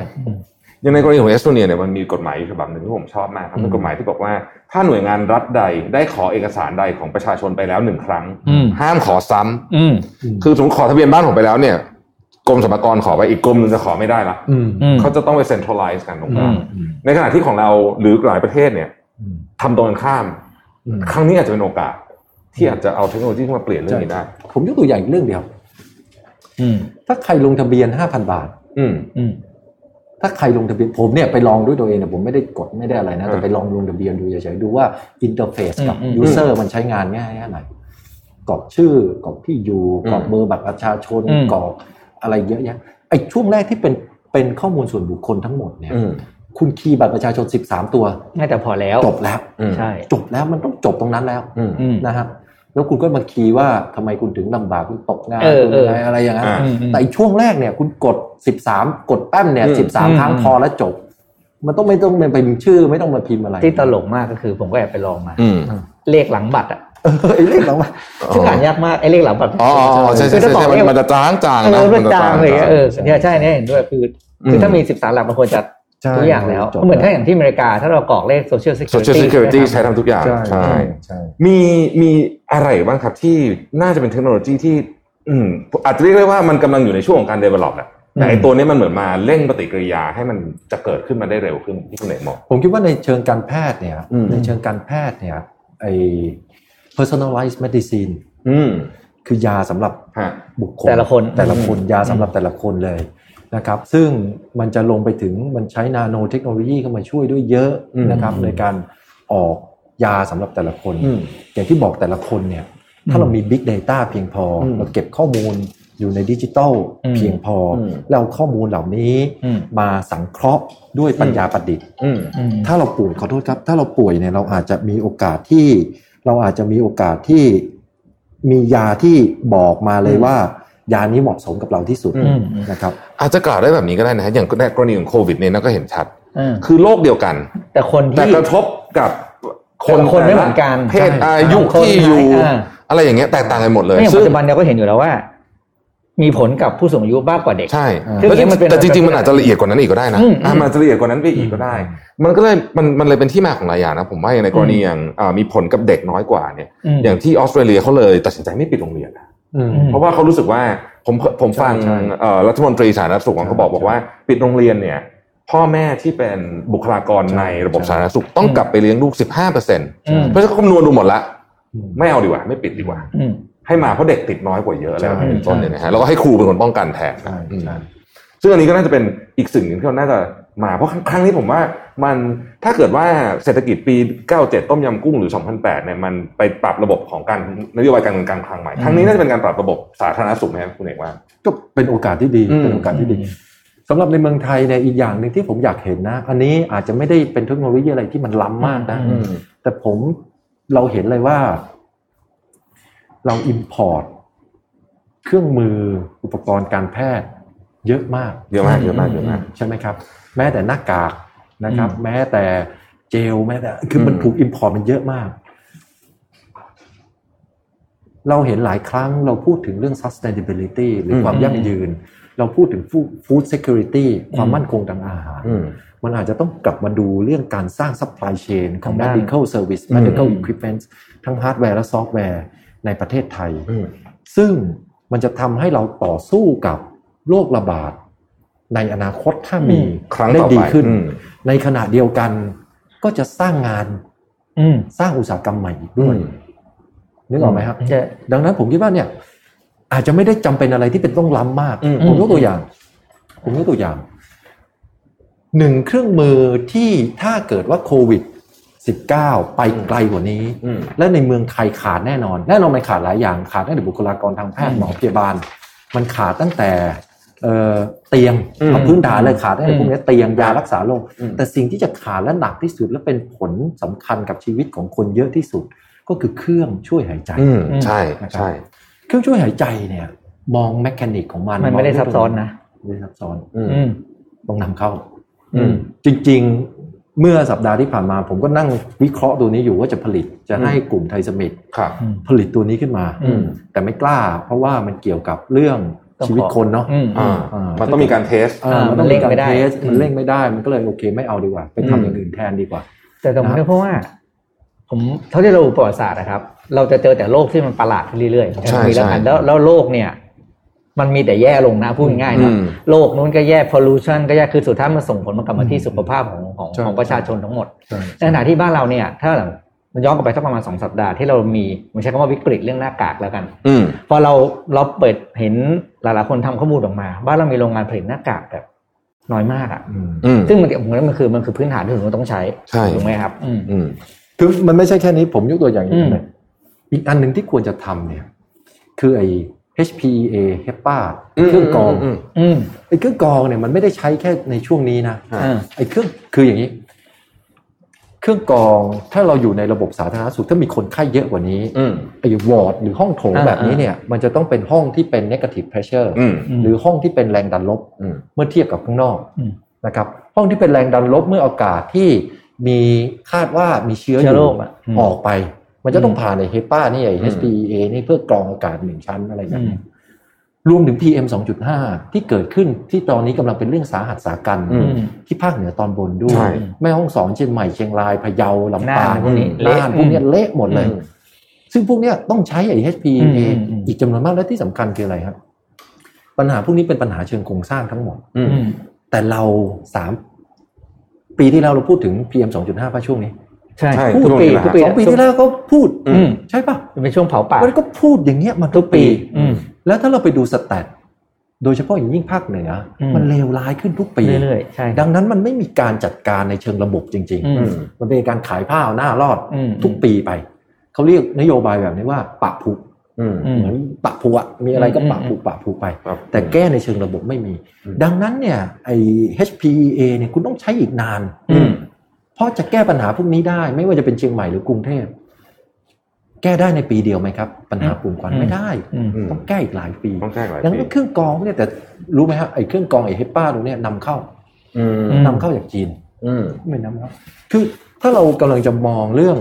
S2: อย่างในกรณีของเอสโตเนียเนี่ยมันมีกฎหมายอยู่ฉบับหนึ่งที่ผมชอบมากครับ
S4: อืม
S2: เป็นกฎหมายที่บอกว่า ถ้าหน่วยงานรัฐใดได้ขอเอกสารใดของประชาชนไปแล้วหนึ่งครั้ง
S3: อืม
S2: ห้ามขอซ้ำ
S3: อืม
S2: คือสมมติขอทะเบียนบ้านผมไปแล้วเนี่ยกรมสรรพากรขอไปอีกกรมหนึงจะขอไม่ได้ละ
S4: อืม
S3: อืม
S2: เขาจะต้องไปเซ็นทรัลไลซ์กันตรงกลาง
S3: อืม
S4: อืม
S2: ในขณะที่ของเราหรือหลายประเทศเนี่ย
S4: อืม
S2: ทำตรงกันข้าม
S4: อืม
S2: ครั้งนี้อาจจะเป็นโอกาส ที่อาจจะเอาเทคโนโลยีเข้ามาเปลี่ยนเรื่องนี้ได้
S4: ผมยกตัวอย่างอีกเรื่องเดียว
S3: อืม
S4: ถ้าใครลงทะเบียน 5,000 บาท
S2: อืม
S3: อืม
S4: ถ้าใครลงทะเบียนผมเนี่ยไปลองด้วยตัวเองนะผมไม่ได้กดไม่ได้อะไรนะ แต่
S2: อ่า
S4: ไปลองลงทะเบียนดูเฉยๆดูว่าอินเทอร์เฟซกับ
S3: อืมอืม
S4: ยูเซอร์มันใช้งานง่ายแค่ไหนกรอกชื่อกรอกที่อยู่กรอกเบอร์บัตรประชาชนกรอกอะไรเยอะแยะไอ้ช่วงแรกที่เป็นเป็นข้อมูลส่วนบุคคลทั้งหมดเนี่ย
S2: อืม
S4: คุณคีย์บัตรประชาชน 13 ตัว
S3: น่าจะพอแล้ว
S4: จบแล้ว
S2: อืม
S3: ใช่
S4: จบแล้วมันต้องจบตรงนั้นแล้ว
S2: อืม
S3: อืม
S4: นะครับแล้วคุณก็มาคีย์ว่าทำไมคุณถึงลำบากคุณตกงาน
S3: เออ
S4: คุณอะไรอะไรอย่างนั้น
S2: อ่า
S3: อืมอืม
S4: แต่อีกช่วงแรกเนี่ย คุณกด 13 กดแป้มเนี่ย
S2: อืม
S3: อืม
S4: 13 ครั้งพอแล้วจบ มันต้องไม่ต้องไปพิมพ์ชื่อ ไม่ต้องมาพิมพ์อะไร
S3: ที่ตลกมากก็คือผมก็แอบไปลองมา
S2: อืม
S3: เลขหลังบัตรอ่ะ
S4: เออไอ้เรื่องหลังมา
S3: ซึ่งอ่านยากมากไอ้เลขหลังบัตร
S2: อ๋ออ๋ออ๋อใช่ใช่
S3: คือถ้า
S2: ใช่
S3: บอกเล
S2: ใช่
S3: ข
S2: มันจะจางจาง
S3: เอ
S2: นะ
S3: อ
S2: มั
S3: เรื่อน ง
S2: จะ
S3: จาง
S2: จาง
S3: อะไรเลย
S2: ๆ
S3: เออเนี่ยใช่เนี่ยเห็นด้วยคือคือถ้ามีสิบสามหลักมันควรจะ
S4: ใช่
S3: ทุกอย่างแล้ว
S4: จบ
S3: ก็เหมือนถ้าอย่างที่อเมริกาถ้าเรากรอกเลข Social
S2: Social Security ใช้
S3: ใช่ไหมครับ
S2: ทำทุกอย่าง ใช่
S4: ใช่
S2: มีมีอะไรบ้างครับที่น่าจะเป็นเทคโนโลยีที่ อืมอาจจะเรียกได้ว่ามันกำลังอยู่ในช่วงของการ develop แหละแต่ไอ
S4: อืม
S2: ตัวนี้มันเหมือนมาเร่งปฏิกิริยาให้มันจะเกิดขึ้นมาได้เร็วขึ้นที่คุณเอกมอง
S4: ผมคิดว่าในเชิงการแพทย์เนี่ย
S2: อืม
S4: ในเชิงการแพทย์เนี่ยไอ้ personalized medicine
S2: อืม
S4: คือยาสำหรับ
S2: ฮะ
S4: บุคคล
S3: แต่ละคน
S4: แต่ละคน
S3: อืม
S4: ยาสำหรับแต่ละคนเลยนะครับ ซึ่งมันจะลงไปถึงมันใช้นาโนเทคโนโลยีเข้ามาช่วยด้วยเยอะ
S2: อืม
S4: นะครับ ในการออกยาสำหรับแต่ละคน
S2: อืม
S4: อย่างที่บอกแต่ละคนเนี่ย ถ้า
S3: อืม
S4: เรามี Big Data เพียงพออ
S2: ม
S4: เราเก็บข้อมูลอยู่ในดิจิตอล
S3: อืม
S4: เพียงพออ
S2: ม
S4: แล้วเอาข้อมูลเหล่านี้
S3: อืม
S4: มาสังเคราะห์ด้วยปัญญาประดิษฐ์
S2: อืม
S3: อืม
S4: ถ้าเราป่วยขอโทษครับ ถ้าเราป่วยเนี่ยเราอาจจะมีโอกาสที่ เราอาจจะมีโอกาสที่มียาที่บอกมาเลยว่า ยานี้เหมาะสมกับเราที่สุด
S2: อืม
S4: นะครับ
S2: อาจจะกล่าวได้แบบนี้ก็ได้นะฮะอย่างในกรณีของโควิดเนี่ยน่าก็เห็นชัด
S3: เออ
S2: คือโรคเดียวกัน
S3: แต่คน
S2: แต่
S3: ที่
S2: กระทบกับคน
S3: แต่ละคน
S2: แต่
S3: ไม่
S2: ละ
S3: เหมือนกัน
S2: เพศ
S4: ใช่
S2: อายุ
S3: คน
S2: ที่อยู่
S3: ไหนอ่า
S2: อะไรอย่างเงี้ยแตกต่างกันหมดเลย
S3: ไม่อย่าง
S2: ซึ่ง
S3: ปัจจุบันเราก็เห็นอยู่แล้วว่า มีผลกับผู้สูงอายุมากกว่าเด็ก
S2: ใช่
S3: ซึ่ง
S2: แล้วจริง
S3: มันเป็น
S2: แต่จริงๆมันอาจจะละเอียดกว่านั้นอีกก็ได้นะ
S3: อืม
S2: อ่ะมันอาจจะละเอียดกว่านั้นไปอีกก็ได้ มันก็เลยมันมันเลยเป็นที่มาของหลายอย่างนะผมว่าอย่างในกรณีอย่างอ่ามีผลกับเด็กน้อยกว่าเนี่ย
S3: อืม
S2: อย่างที่ออสเตรเลียเขาเลยตัดสินใจไม่ปิดโรงเรียนนะ
S4: อืม
S2: เพราะว่าเขารู้สึกว่าผมผมฟัง
S4: ใช่ใช่
S2: เอ่อรัฐมนตรีสาธารณสุขของเขาบอก
S4: ใช่
S2: บอกว่า ปิดโรงเรียนเนี่ย พ่อแม่ที่เป็นบุคลากร
S4: ใช่
S2: ในระบบ
S4: ใช่
S2: สาธารณสุขต้องกลับไปเลี้ยงลูก 15เปอร์เซ็นต์
S3: อืม
S2: เพราะฉะนั้นคำนวณดูหมดละ
S4: อืม
S2: ไม่เอาดีกว่า ไม่ปิดดีกว่า
S3: อืม
S2: ให้มาเพราะเด็กติดน้อยกว่าเยอะแล้ว
S4: ใช่
S2: เป็นต้นเนี่ยนะฮะแล้วก็ให้ครูเป็นคนป้องกันแทน
S4: ใช่
S2: อืม
S4: ใช่
S2: ซึ่งอันนี้ก็น่าจะเป็นอีกสิ่งหนึ่งที่เราน่าจะมาเพราะครั้งนี้ผมว่ามันถ้าเกิดว่าเศรษฐกิจปี 97 ต้มยำกุ้งหรือ 2008เนี่ยมันไปปรับระบบของการนโยบายการเงินการคลังใหม่ครั้งนี้น่าจะเป็นการปรับระบบสาธารณสุขนะครับคุณเอกว่า
S4: ก็เป็นโอกาสที่ดี
S2: อืม
S4: เป็นโอกาสที่ดีสำหรับในเมืองไทยเนี่ยอีกอย่างหนึ่งที่ผมอยากเห็นนะ อันนี้อาจจะไม่ได้เป็นเทคโนโลยีอะไรที่มันล้ำมากนะ
S3: อืม
S4: แต่ผมเราเห็นเลยว่า เราอิมพอร์ตเครื่องมืออุปกรณ์การแพทย์เยอะมาก
S2: เยอะมากเยอะมากเยอะมาก
S4: ใช่ไหมครับ แม้แต่หน้ากากนะครับ
S3: อืม
S4: แม้แต่เจลแม้แต่คือมัน
S2: อืม
S4: ถูกอิมพอร์ตมันเยอะมาก เราเห็นหลายครั้งเราพูดถึงเรื่อง sustainability หรือความยั่งยืน เราพูดถึง food- food security ความมั่นคงทางอาหาร
S2: อืม
S4: มันอาจจะต้องกลับมาดูเรื่องการสร้าง supply chain ของ
S3: ทางด้าน
S4: medical service
S2: อืม
S4: medical equipment ทั้งฮาร์ดแวร์และซอฟต์แวร์ในประเทศไทย
S2: อืม
S4: ซึ่งมันจะทำให้เราต่อสู้กับโรคระบาดในอนาคตถ้ามี
S3: อืม
S2: ครั้ง
S4: ได้
S2: ต่อไป
S4: ดีขึ้น
S2: อืม
S4: ในขณะเดียวกันก็จะสร้างงาน
S3: อืม
S4: สร้างอุตสาหกรรมใหม่อีก
S2: อื
S4: ด้วย
S2: ม
S4: นึกออกไหมครับ
S3: ใช่
S4: ดังนั้นผมคิดว่าเนี่ย อาจจะไม่ได้จำเป็นอะไรที่เป็นต้องล้ำมาก
S2: อืม
S4: ผมยกตัวอย่าง ผมยกตัวอย่างหนึ่งเครื่องมือที่ถ้าเกิดว่าโควิด -19 ไปไกลกว่านี้
S2: อืม
S4: และในเมืองไทยขาดแน่นอน แน่นอนมันขาดหลายอย่างขาดตั้งแต่บุคลากรทางแพทย์หมอพยาบาล มันขาดตั้งแต่เอ่อเตียง
S2: อืม
S4: เอาพื้นฐานเลยขาดตั้งแต่
S3: อืม
S4: พวกนี้เตียงยารักษาโรค
S2: อืม
S4: แต่สิ่งที่จะขาดและหนักที่สุดและเป็นผลสำคัญกับชีวิตของคนเยอะที่สุด ก็คือเครื่องช่วยหายใจ
S2: อืมใช่
S4: นะครับ
S2: ใช่
S4: เครื่องช่วยหายใจเนี่ย มองแมคานิกของมัน
S3: มันไม่ได้ซับซ้อนนะ
S4: ไม่ได้ซับซ้อน
S2: อืม
S3: อืม
S4: ต้องนำเข้า
S2: อืม
S4: จริงๆเมื่อสัปดาห์ที่ผ่านมา ผมก็นั่งวิเคราะห์ตัวนี้อยู่ว่าจะผลิตจะให้กลุ่มไทยสมิธ
S2: ครับ
S4: ผลิตตัวนี้ขึ้นมา
S3: อืม
S4: แต่ไม่กล้า เพราะว่ามันเกี่ยวกับเรื่อง
S3: ต้องขอ
S4: ชีวิตคนเนาะ
S3: อืม
S2: อ่า
S4: อ่า
S2: มันต้องมีการเทส
S4: อ่า
S3: อ่า
S4: มันต้อง
S3: มันเร่
S4: มี
S3: ง
S4: การ
S3: ไม่ได้
S4: เทส
S3: อืม
S4: มันเร่งไม่ได้ มันก็เลยโอเคไม่เอาดีกว่า ไป
S2: อืม
S4: ทำอย่างอื่นแทนดีกว่า
S3: แต่ผม
S4: นะ
S3: นึกเพราะว่า ผมเท่าที่เราดูประวัติศาสตร์นะครับ เราจะเจอแต่โรคที่มันประหลาดขึ้นเรื่อยๆ
S2: ใช่
S3: มีแล้วกัน
S2: ใช่
S3: แล้วแล้วโรคเนี่ย มันมีแต่แย่ลงนะพูดง่ายๆ
S2: อื
S3: นะ
S2: ม
S3: โรคนู้นก็แย่ pollution ก็แย่คือสุดท้ายมันส่งผลมากลับมาที่สุขภาพของของ
S4: ใช่
S3: ของประชาชนทั้งหมด
S4: ใช่
S3: ในขณะที่บ้านเราเนี่ย ถ้าหลังย้อนกลับไปสักประมาณสองสัปดาห์ที่เรามีผมใช้คำว่าวิกฤตเรื่องหน้ากากแล้วกัน
S2: อืม
S3: พอเราเราเปิดเห็นหลายๆคนทำข้อมูลออกมาบ้านเรามีโรงงานผลิตหน้ากากแบบน้อยมากอ่ะ
S4: อืม
S2: อืม
S3: ซึ่งมันผมว่ามันคือมันคือพื้นฐานที่เราต้องใช้
S2: ใช่
S3: ถูกไหมครับ อืม
S2: อืม
S4: คือมันไม่ใช่แค่นี้ผมยกตัวอย่างอีก
S3: อืม
S4: หนึ่งอีกอันหนึ่งที่ควรจะทำเนี่ย คือไอ้ HPA HEPA เครื่องกรอง
S2: อืม
S3: อืม
S4: ไอ้เครื่องกรองเนี่ยมันไม่ได้ใช้แค่ในช่วงนี้นะ
S2: อ่า
S3: อ่า
S4: ไอ้เครื่องคืออย่างนี้ เครื่องกรองถ้าเราอยู่ในระบบสาธารณสุขถ้ามีคนไข้เยอะกว่านี้
S2: อืม
S4: ไอ้วอร์ดหรือห้องโถง
S3: อ่า
S4: แบบนี้เนี่ย มันจะต้องเป็นห้องที่เป็น negative pressure
S2: อืม
S4: หรือห้องที่เป็นแรงดันลบ
S2: อืม
S4: เมื่อเทียบกับข้างนอก
S3: อืม
S4: นะครับ ห้องที่เป็นแรงดันลบเมื่ออากาศที่มีคาดว่ามีเชื้ออ
S3: เชื้อยู่ โรคอ่ะม
S4: ออกไป มันจะต้องผ่านไอ้เฮป้านี่ไอ้
S2: อืม
S4: HPA นี่เพื่อกรองอากาศหนึ่งชั้นอะไรแบบ
S3: อื
S4: นี้
S3: ม
S4: รวมถึง PM 2.5 ที่เกิดขึ้นที่ตอนนี้กำลังเป็นเรื่องสาหัสสากัน
S2: อื
S3: อืม
S4: ที่ภาคเหนือตอนบนด้ว
S2: ใช่
S4: ย แม่ฮ่องสอนเชียงใหม่เชียงรายพะเยาลำปาง
S3: น่านพวกนี้
S4: น่าน
S3: เละ
S4: พวกเนี้ยเละหมดเลย
S2: อืม
S4: ซึ่งพวกเนี้ยต้องใช้ไอ้
S3: อืม
S4: HPA
S3: อืมอืม
S4: อีกจำนวนมากและที่สำคัญคืออะไรครับ ปัญหาพวกนี้เป็นปัญหาเชิงโครงสร้างทั้งหมด
S2: อืม
S3: อืม
S4: แต่เราสามปีที่แล้วเราพูดถึง PM 2.5ป่ะช่วงนี้
S3: ใช่
S2: ใช่
S3: ทุกปี
S2: ทุ
S3: ทุ
S2: ก
S3: ก
S2: ปี
S3: ปี
S4: สองปีที่แล้วก็พูด
S2: อื
S3: อืม
S4: ใช่ป่ะ
S3: เป็นช่วงเผาป่า
S4: มันก็พูดอย่างเงี้ยมาทุกปี
S3: อืม
S4: แล้วถ้าเราไปดูสแตทโดยเฉพาะอย่างยิ่งภาคเหนืออ
S3: ม
S4: มันเลวร้ายขึ้นทุกปี
S3: เรื่อยๆใช่
S4: ดังนั้นมันไม่มีการจัดการในเชิงระบบจริง
S3: อื
S4: ๆ
S3: ม
S4: มันเป็นการขายผ้าเอาหน้ารอด
S3: อืม
S4: ทุกปีไป เขาเรียกนโยบายแบบนี้ว่าปะผุ
S2: อืม
S3: อืม
S4: เหมือนปะผุอะมีอะไรก็
S3: อืม
S4: ปะผุ
S3: อืม
S4: ปะผุไป
S2: ครับ
S4: แต่แก้ในเชิงระบบไม่มี
S2: อืม
S4: ดังนั้นเนี่ยไอ้ HPEA เนี่ยคุณต้องใช้อีกนาน
S3: อืม
S4: เพราะจะแก้ปัญหาพวกนี้ได้ ไม่ว่าจะเป็นเชียงใหม่หรือกรุงเทพ แก้ได้ในปีเดียวไหมครับ ปัญหาปุ่มควัน
S3: อืม
S4: ไม่ได้
S3: อืม
S2: อืม
S4: ต้องแก้อีกหลายปี
S2: ต้องแก้หลาย
S4: ดัง
S2: ปี
S4: นั้นเครื่องกรองเนี่ยแต่รู้ไหมฮะไอ้เครื่องกรองไอ้เฮป้าตรงเนี้ยนำเข้า
S2: อืม
S3: ม
S4: นำเข้าจากจีน
S2: อืม
S4: ไม่นับครับคือถ้าเรากำลังจะมองเรื่อง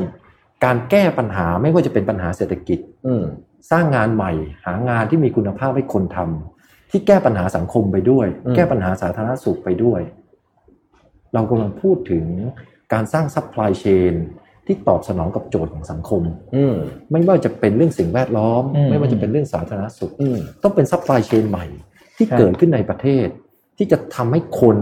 S4: การแก้ปัญหาไม่ว่าจะเป็นปัญหาเศรษฐกิจ
S2: อืม
S4: สร้างงานใหม่ หางานที่มีคุณภาพให้คนทำที่แก้ปัญหาสังคมไปด้วย
S2: อืม
S4: แก้ปัญหาสาธารณสุขไปด้วย เรากำลังพูดถึงการสร้างซัพพลายเชน ที่ตอบสนองกับโจทย์ของสังคม
S2: อืม
S4: ไม่ว่าจะเป็นเรื่องสิ่งแวดล้อม
S3: อืม
S4: ไม่ว่าจะเป็นเรื่องสาธารณสุข
S2: อืม
S4: ต้องเป็นซัพพลายเชนใหม่ ที่
S3: ครับ
S4: เกิดขึ้นในประเทศ ที่จะทำให้คน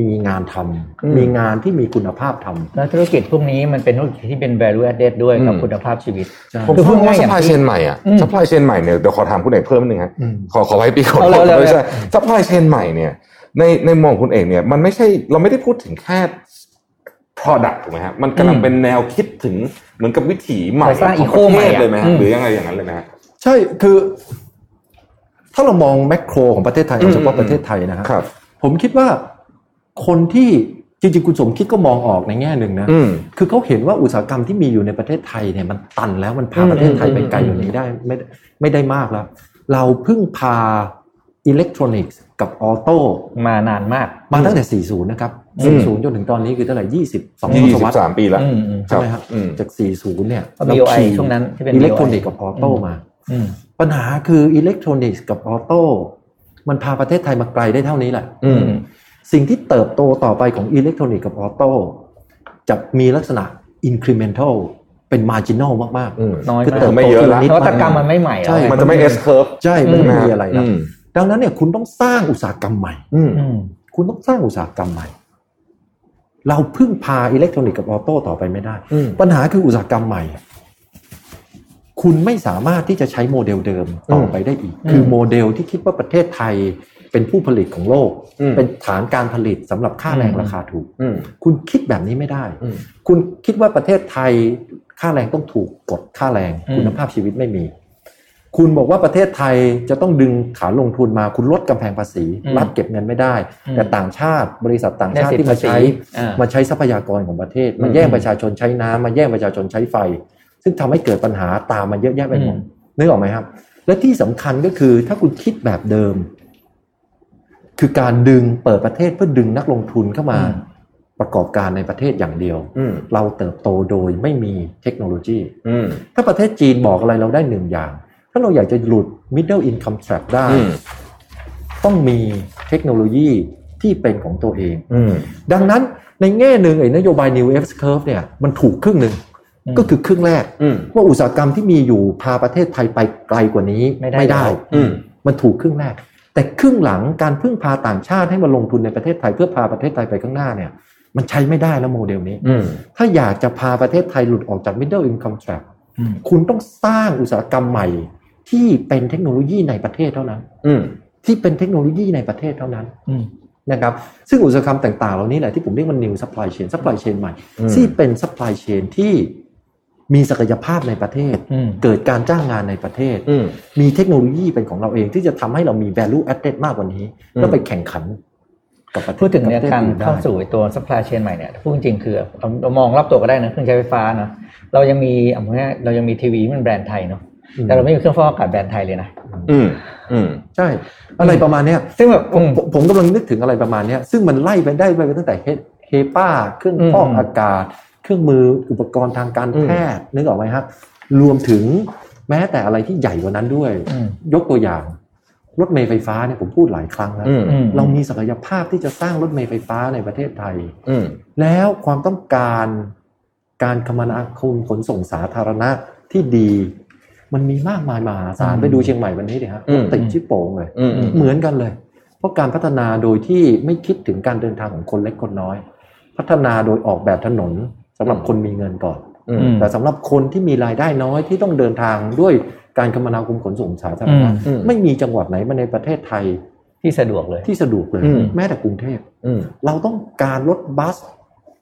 S4: มีงานทำ
S2: อืม
S4: มีงานที่มีคุณภาพทำ
S3: แล้วธุรกิจพวกนี้มันเป็นธุรกิจที่เป็น value added ด้วยกับ
S2: อืม
S3: คุณภาพชีวิต
S2: ผม
S3: คือพู
S2: พู
S3: ด
S2: ดว่า
S3: ง่ายๆ
S2: ซัพพลายเชนใหม่อ่ะ
S3: อืม
S2: ซัพพลายเชนใหม่เนี่ยเดี๋ยวขอถามคุณเอกเพิ่มนิดนึงฮะ
S4: อืม
S2: ขอขอไว้ปีก่อน
S3: เอาเลยเอาเลย
S2: ไม่ใช่ซัพพลายเชนใหม่เนี่ยในในมุมของคุณเอกเนี่ยมันไม่ใช่เราไม่ได้พูดถึงแค่ product ถูกไหมฮะมันกำลังเป็นแนวคิดถึงเหมือนกับวิถีใหม่
S3: เราสร้าง
S2: ข
S3: eco
S2: ประ
S3: ใหม่
S2: เทศ
S3: อะ
S2: เลยไหมฮะ
S3: อืม
S2: หรือยังไงอย่างนั้นเลยไหมฮะ
S4: ใช่คือ ถ้าเรามองแมกโครของประเทศไทย
S2: อืม
S4: เอาเฉพาะ
S2: อืม
S4: ประเทศไทยนะฮะ
S2: ครับ
S4: ผมคิดว่าคนที่จริงๆคุณสมคิดก็มองออกในแง่หนึ่งนะ
S2: อืม
S4: คือเขาเห็นว่าอุตสาหกรรมที่มีอยู่ในประเทศไทยเนี่ยมันตันแล้วมันพา
S2: อืม
S4: ประเทศไทยไปไกล
S2: อืม
S4: กว่านี้ได้ไม่ไม่ได้มากแล้ว เราเพึ่งพาอิเล็กทรอนิกส์กับออโต้
S3: มานานมาก
S4: มาตั้งแต่ 40 นะครับ
S3: อืม
S4: 40 จนถึงตอนนี้คือเท่าไหร่22ท
S2: ยี่
S4: ศ
S2: สิ
S4: วรร
S2: บสา
S4: ษ
S2: มปีละ
S3: อืมอืม
S4: ใช่ไหมครับ
S2: อืม
S4: จาก 40 เนี่ย
S3: ก็ BOI ช่วงนั้นที่เป็น BOI
S4: อิเล็กทรอนิกส์กับออโต้
S3: อืม
S4: มา
S3: อืม
S4: ปัญหาคืออิเล็กทรอนิกส์กับออโต้มันพาประเทศไทยมาไกลได้เท่านี้แหละ
S2: อืม
S4: สิ่งที่เติบโตต่อไปของอิเล็กทรอนิกส์กับออโต้จะมีลักษณะ incremental เป็น marginal มาก
S2: อืม
S3: น้อย
S4: คื
S3: มาก
S4: เติบ
S2: ไม่
S4: โต
S2: เยอะละ
S4: ที
S3: นวัตกรรมมันไม่ใหม่
S4: ใช่
S2: มันจะไม่ S curve
S4: ใช่ มันไม่
S2: ใช่
S4: มี
S2: ห
S4: อะไร
S2: อื
S4: นะ
S2: ม
S4: ดังนั้นเนี่ยคุณต้องสร้างอุตสาหกรรมใหม่
S2: อืม
S3: อืม
S4: คุณต้องสร้างอุตสาหกรรมใหม่ เราพึ่งพาอิเล็กทรอนิกส์กับออโต้ต่อไปไม่ได้
S2: อืม
S4: ปัญหาคืออุตสาหกรรมใหม่ คุณไม่สามารถที่จะใช้โมเดลเดิมต่อไปได้อีก
S3: อืม
S4: คือโมเดลที่คิดว่าประเทศไทยเป็นผู้ผลิตของโลก
S2: อืม
S4: เป็นฐานการผลิตสำหรับค่าแรงราคาถูก
S2: อืม
S4: คุณคิดแบบนี้ไม่ได้
S2: อืม
S4: คุณคิดว่าประเทศไทยค่าแรงต้องถูกกดค่าแรง
S3: อืม
S4: คุณภาพชีวิตไม่มี คุณบอกว่าประเทศไทยจะต้องดึงฐานลงทุนมา คุณลดกำแพงภาษี
S3: อืม
S4: รัฐเก็บเงินไม่ได้
S3: อืม
S4: แต่ต่างชาติบริษัทต่างชาติ
S3: ได้สิทธิ์
S4: ที่มาใช้
S3: ภาษีอ่าม
S4: มาใช้ทรัพยากรของประเทศ มา
S2: อืม
S4: แย่งประชาชนใช้น้ำมาแย่งประชาชนใช้ไฟ ซึ่งทำให้เกิดปัญหาตามมาเยอะแยะไปหมดนึกออกไหมครับ และที่สำคัญก็คือถ้าคุณคิดแบบเดิม คือการดึงเปิดประเทศเพื่อดึงนักลงทุนเข้ามา
S3: อืม
S4: ประกอบการในประเทศอย่างเดียว
S2: อืม
S4: เราเติบโตโดยไม่มีเทคโนโลยี
S2: อืม
S4: ถ้าประเทศจีนบอกอะไรเราได้หนึ่งอย่าง ถ้าเราอยากจะหลุด middle income trap ได้
S2: อืม
S4: ต้องมีเทคโนโลยีที่เป็นของตัวเอง
S2: อืม
S4: ดังนั้นในแง่หนึ่งไอ้นโยบาย new F curve เนี่ยมันถูกครึ่งหนึ่ง
S3: อืม
S4: ก็คือครึ่งแรก
S2: อืม
S4: ว่าอุตสาหกรรมที่มีอยู่พาประเทศไทยไปไกลกว่านี้
S3: ไม่ได้แล้ว
S2: อืม
S4: มันถูกครึ่งแรก แต่ครึ่งหลังการพึ่งพาต่างชาติให้มาลงทุนในประเทศไทย เพื่อพาประเทศไทยไปข้างหน้าเนี่ย มันใช้ไม่ได้แล้วโมเดลนี้
S2: อืม
S4: ถ้าอยากจะพาประเทศไทยหลุดออกจาก middle income trap
S3: อืม
S4: คุณต้องสร้างอุตสาหกรรมใหม่ ที่เป็นเทคโนโลยีในประเทศเท่านั้น
S2: อืม
S4: ที่เป็นเทคโนโลยีในประเทศเท่านั้น
S3: อืม
S4: นะครับซึ่งอุตสาหกรรมต่างๆเหล่านี้แหละที่ผมเรียกว่า new supply chain supply chain ใหม่
S2: อืม
S4: ที่เป็น supply chain ที่มีศักยภาพในประเทศ
S3: อืม
S4: เกิดการจ้างงานในประเทศ
S2: อืม
S4: มีเทคโนโลยีเป็นของเราเองที่จะทำให้เรามี value added มากกว่านี้
S2: อืม
S4: แล้วไปแข่งขันกับประเทศ
S3: พูดถึงเนี่ย
S4: บปะทศ
S3: การ
S4: อื่นได้
S3: เข้าสู่ไอ้ตัว supply chain ใหม่เนี่ยพูดจริงๆคือเอาเอามองรอบตัวก็ได้นะเครื่องใช้ไฟฟ้าเนาะเรายังมีเอาง่ายๆเรายังมีทีวีที่มันแบรนด์ไทยเนาะ
S4: อืม
S3: แต่เราไม่มีเครื่องฟอกอากาศแบรนด์ไทยเลยนะ
S2: อืมอืม
S4: ใช่อะไรประมาณเนี้ย
S3: ซึ่งแบบอืม
S4: ผมผมกำลังนึกถึงอะไรประมาณเนี้ยซึ่งมันไล่ไปได้ไปตั้งแต่เฮเฮป้า เครื่อง
S3: อืม
S4: ฟอกอากาศ เครื่องมืออุปกรณ์ทางการ
S2: อืม
S4: แพทย์นึกออกไหมครับ รวมถึงแม้แต่อะไรที่ใหญ่กว่านั้นด้วย
S3: อืม
S4: ยกตัวอย่าง รถเมล์ไฟฟ้าเนี่ยผมพูดหลายครั้งแล้ว
S2: อืม
S3: อืม
S4: เรามีศักยภาพที่จะสร้างรถเมล์ไฟฟ้าในประเทศไทย
S2: อืม
S4: แล้วความต้องการการคมนาคมขนส่งสาธารณะที่ดี มันมีมากมายมหาศาล
S3: อืม
S4: ไปดูเชียงใหม่วันนี้ดิฮะ
S2: อืม
S4: รถติดชิบโป่งเลย
S2: อืม
S4: เหมือนกันเลย เพราะการพัฒนาโดยที่ไม่คิดถึงการเดินทางของคนเล็กคนน้อย พัฒนาโดยออกแบบถนนสำหรับคนมีเงินก่อน
S2: อืม
S4: แต่สำหรับคนที่มีรายได้น้อยที่ต้องเดินทางด้วยการคมนาคมขนส่งสาธารณะ
S2: อืม
S4: ไม่มีจังหวัดไหนมาในประเทศไทย
S3: ที่สะดวกเลย
S4: ที่สะดวกเลย
S2: อืม
S4: แม้แต่กรุงเทพ
S2: อืม
S4: เราต้องการรถบัส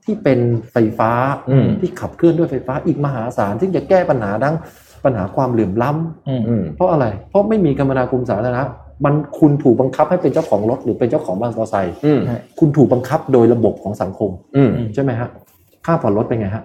S4: ที่เป็นไฟฟ้า
S2: อืม
S4: ที่ขับเคลื่อนด้วยไฟฟ้าอีกมหาศาลซึ่งจะแก้ปัญหาทั้งปัญหาความเหลื่อมล้ำ
S3: อืม
S2: อืม
S4: เพราะอะไร เพราะไม่มีคมนาคมสาธารณะ มันคุณถูกบังคับให้เป็นเจ้าของรถหรือเป็นเจ้าของมอเตอร์ไซค์
S2: อืม
S4: คุณถูกบังคับโดยระบบของสังคม
S2: อืม
S4: ใช่ไหมฮะ ค่าผ่อนรถเป็นไงฮะ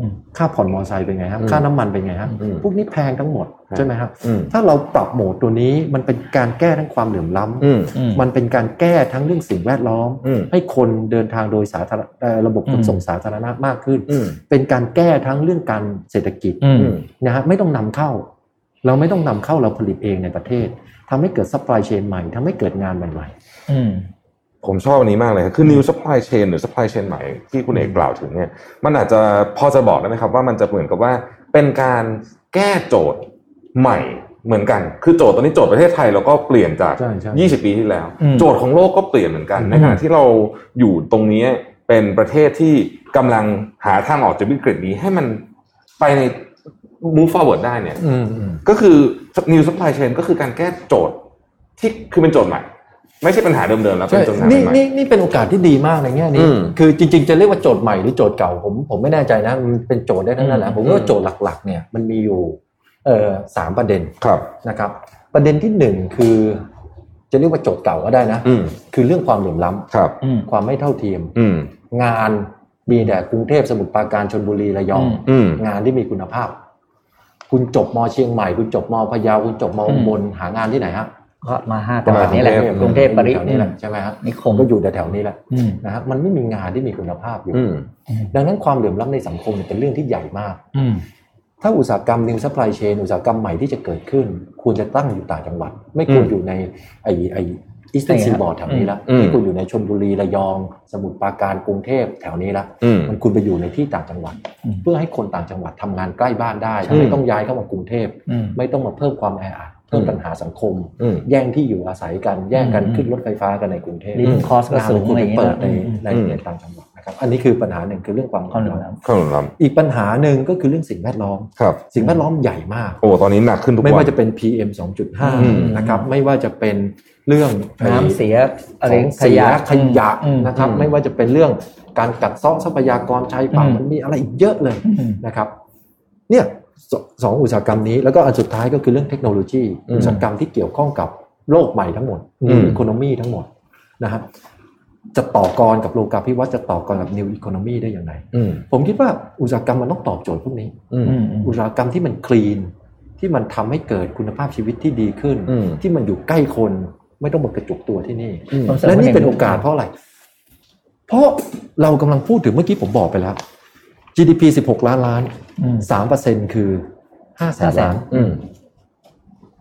S3: อืม
S4: ค่าผ่อนมอเตอร์ไซค์เป็นไงฮะ
S2: อืม
S4: ค่าน้ำมันเป็นไงฮะ
S2: อืม
S4: พวกนี้แพงทั้งหมด
S2: ครับ
S4: ใช่ไหมฮะ
S2: อืม
S4: ถ้าเราปรับโหมดตัวนี้มันเป็นการแก้ทั้งความเหลื่อมล้ำ
S2: อืม
S3: อืม
S4: มันเป็นการแก้ทั้งเรื่องสิ่งแวดล้อม
S2: อืม
S4: ให้คนเดินทางโดยสาธารณเอ่อระบบขนส่ง
S3: อืม
S4: สาธารณะมากขึ้น
S2: อืม
S4: เป็นการแก้ทั้งเรื่องการเศรษฐกิจ
S3: อืม
S4: นะฮะไม่ต้องนำเข้า เราไม่ต้องนำเข้าเราผลิตเองในประเทศทำให้เกิดซัพพลายเชนใหม่ทำให้เกิดงานใหม่
S3: อืม
S2: ผมชอบอันนี้มากเลยครับคือ new supply chain หรือ supply chain ใหม่ที่คุณเอกกล่าวถึงเนี่ย มันอาจจะพอจะบอกได้ไหมครับว่ามันจะเหมือนกับว่าเป็นการแก้โจทย์ใหม่เหมือนกัน คือโจทย์ตอนนี้โจทย์ประเทศไทยเราก็เปลี่ยนจาก
S4: ใช่ใช่
S2: 20 ปีที่แล้ว
S3: อืม
S2: โจทย์ของโลกก็เปลี่ยนเหมือนกัน
S3: อืม
S2: ในขณะที่เราอยู่ตรงนี้เป็นประเทศที่กำลังหาทางออกจากวิกฤตนี้ให้มันไปใน move forward ได้เนี่ย
S4: อืมอืม
S2: ก็คือ new supply chain ก็คือการแก้โจทย์ที่คือเป็นโจทย์ใหม่ ไม่ใช่ปัญหาเดิมๆแล้วเป็นโจทย์ใหม่
S4: นี่นี่นี่เป็นโอกาสที่ดีมากในแง่
S2: อื
S4: นี้
S2: ม
S4: คือจริง ๆ จะเรียกว่าโจทย์ใหม่หรือโจทย์เก่าผมผมไม่แน่ใจนะมันเป็นโจทย์ได้ทั้งนั้นแห
S3: อื
S4: ละ
S3: ม
S4: ผมว่าโจทย์หลักๆ เนี่ยมันมีอยู่เอ่อสามประเด็น
S2: ครับ
S4: นะครับ ประเด็นที่หนึ่งคือ จะเรียกว่าโจทย์เก่าก็ได้นะ
S2: อืม
S4: คือเรื่องความเหลื่อมล้ำ
S2: ครับ
S3: อืม
S4: ความไม่เท่าเทียม
S2: อืม
S4: งานมีแต่กรุงเทพสมุทรปราการชนบุรีระยอง
S3: อืม
S2: อืม
S4: งานที่มีคุณภาพ คุณจบมเชียงใหม่ คุณจบมพะเยาคุณจบมอุบลหางานที่ไหนฮะ
S3: ก็มาห้าจังหวัดนี้แหละกรุงเทพปริ
S4: แถวนี้แหละใช่ไหมฮะ
S3: นิคม
S4: ก็อยู่แถวๆนี้แหละ
S3: อืม
S4: นะฮะมันไม่มีงานที่มีคุณภาพอยู่
S2: อืม
S4: ดังนั้นความเหลื่อมล้ำในสังคมเนี่ยเป็นเรื่องที่ใหญ่มาก
S3: อืม
S4: ถ้าอุตสาหกรรม new supply chain อุตสาหกรรมใหม่ที่จะเกิดขึ้น ควรจะตั้งอยู่ต่างจังหวัด ไม่ควร
S2: อืม
S4: อยู่ในไอไออีสเทิร์น
S3: ใช่
S4: ซี
S3: ครับ
S4: บอร์ดแถวนี้ละ
S2: อืม
S4: ไม่ควรอยู่ในชลบุรีระยอง สมุทรปราการกรุงเทพแถวนี้ละ
S2: อืม
S4: มันควรไปอยู่ในที่ต่างจังหวัด
S3: อืม
S4: เพื่อให้คนต่างจังหวัดทำงานใกล้บ้านได้
S2: ใช่
S4: ไม่ต้องย้ายเข้ามากรุงเทพ
S3: อืม
S4: ไม่ต้องมาเพิ่มความแออัดเพิ่มปัญหาสังคม
S2: อืม
S4: แย่งที่อยู่อาศัยกันแย่งกัน
S3: อืม
S4: ขึ้นรถไฟฟ้ากันในกรุงเทพ
S3: ลิฟคอสก็
S4: ก็
S3: สู
S4: สู
S3: ง
S4: ง
S3: อะ
S4: อะไรไรอย่
S3: อา
S4: ย่าง ง
S3: เงี้
S2: อื
S4: เงี้ยเปิดในใน
S3: ย
S2: ม
S4: ในต่างจังหวัดนะครับ อันนี้คือปัญหาหนึ่งคือเรื่องความ
S3: ความเหลื่อม
S4: ร้อน
S3: ล้ำ
S2: ข้าวหลามล้
S4: อีกปัญหาหนึ่งก็คือเรื่องสิ่งแวดล้อม
S2: ำครับ
S4: สิ่งแวดล้อมใหญ่มาก
S2: โอ้ตอนนี้หนักขึ้นทุกวัน
S4: ไม่ว่าจะเป็น PM
S2: อืม
S4: 2.5 นะครับ ไม่ว่าจะเป็นเรื่อง
S3: น้ำเสียอะไร
S4: ของเสียขยะ
S3: อืม
S4: นะครับ
S2: อืม
S4: ไม่ว่าจะเป็นเรื่องการกัดเซาะทรัพยากรชายฝั่ง
S3: อืม
S4: มันมีอะไรอีกเยอะเลย
S3: อืม
S4: นะครับ เนี่ยสสองอุตสาหกรรมนี้ แล้วก็อันสุดท้ายก็คือเรื่องเทคโนโลยี
S2: อืม
S4: อุตสาหกรรมที่เกี่ยวข้องกับโลกใหม่ทั้งหมด
S2: อืม
S4: New Economy ทั้งหมดนะครับจะต่อกรกับโลกาภิวัตน์จะต่อกรกับ New Economy ได้อย่างไร
S2: อืม
S4: ผมคิดว่าอุตสาหกรรมมันต้องตอบโจทย์พวกนี้
S2: อืม
S3: อืมอืม
S4: อุตสาหกรรมที่มันคลีน ที่มันทำให้เกิดคุณภาพชีวิตที่ดีขึ้น
S2: อืม
S4: ที่มันอยู่ใกล้คนไม่ต้องมากระจุกตัวที่นี่
S2: อืม
S3: ผมเสริม
S4: และนี่
S3: ให้
S4: เป็นโอกาสเพราะอะไร เพราะเรากำลังพูดถึงเมื่อกี้ผมบอกไปแล้ว GDP 16 ล้านล้าน
S3: อืม
S4: 3%คือ5แสนล้าน
S2: อืม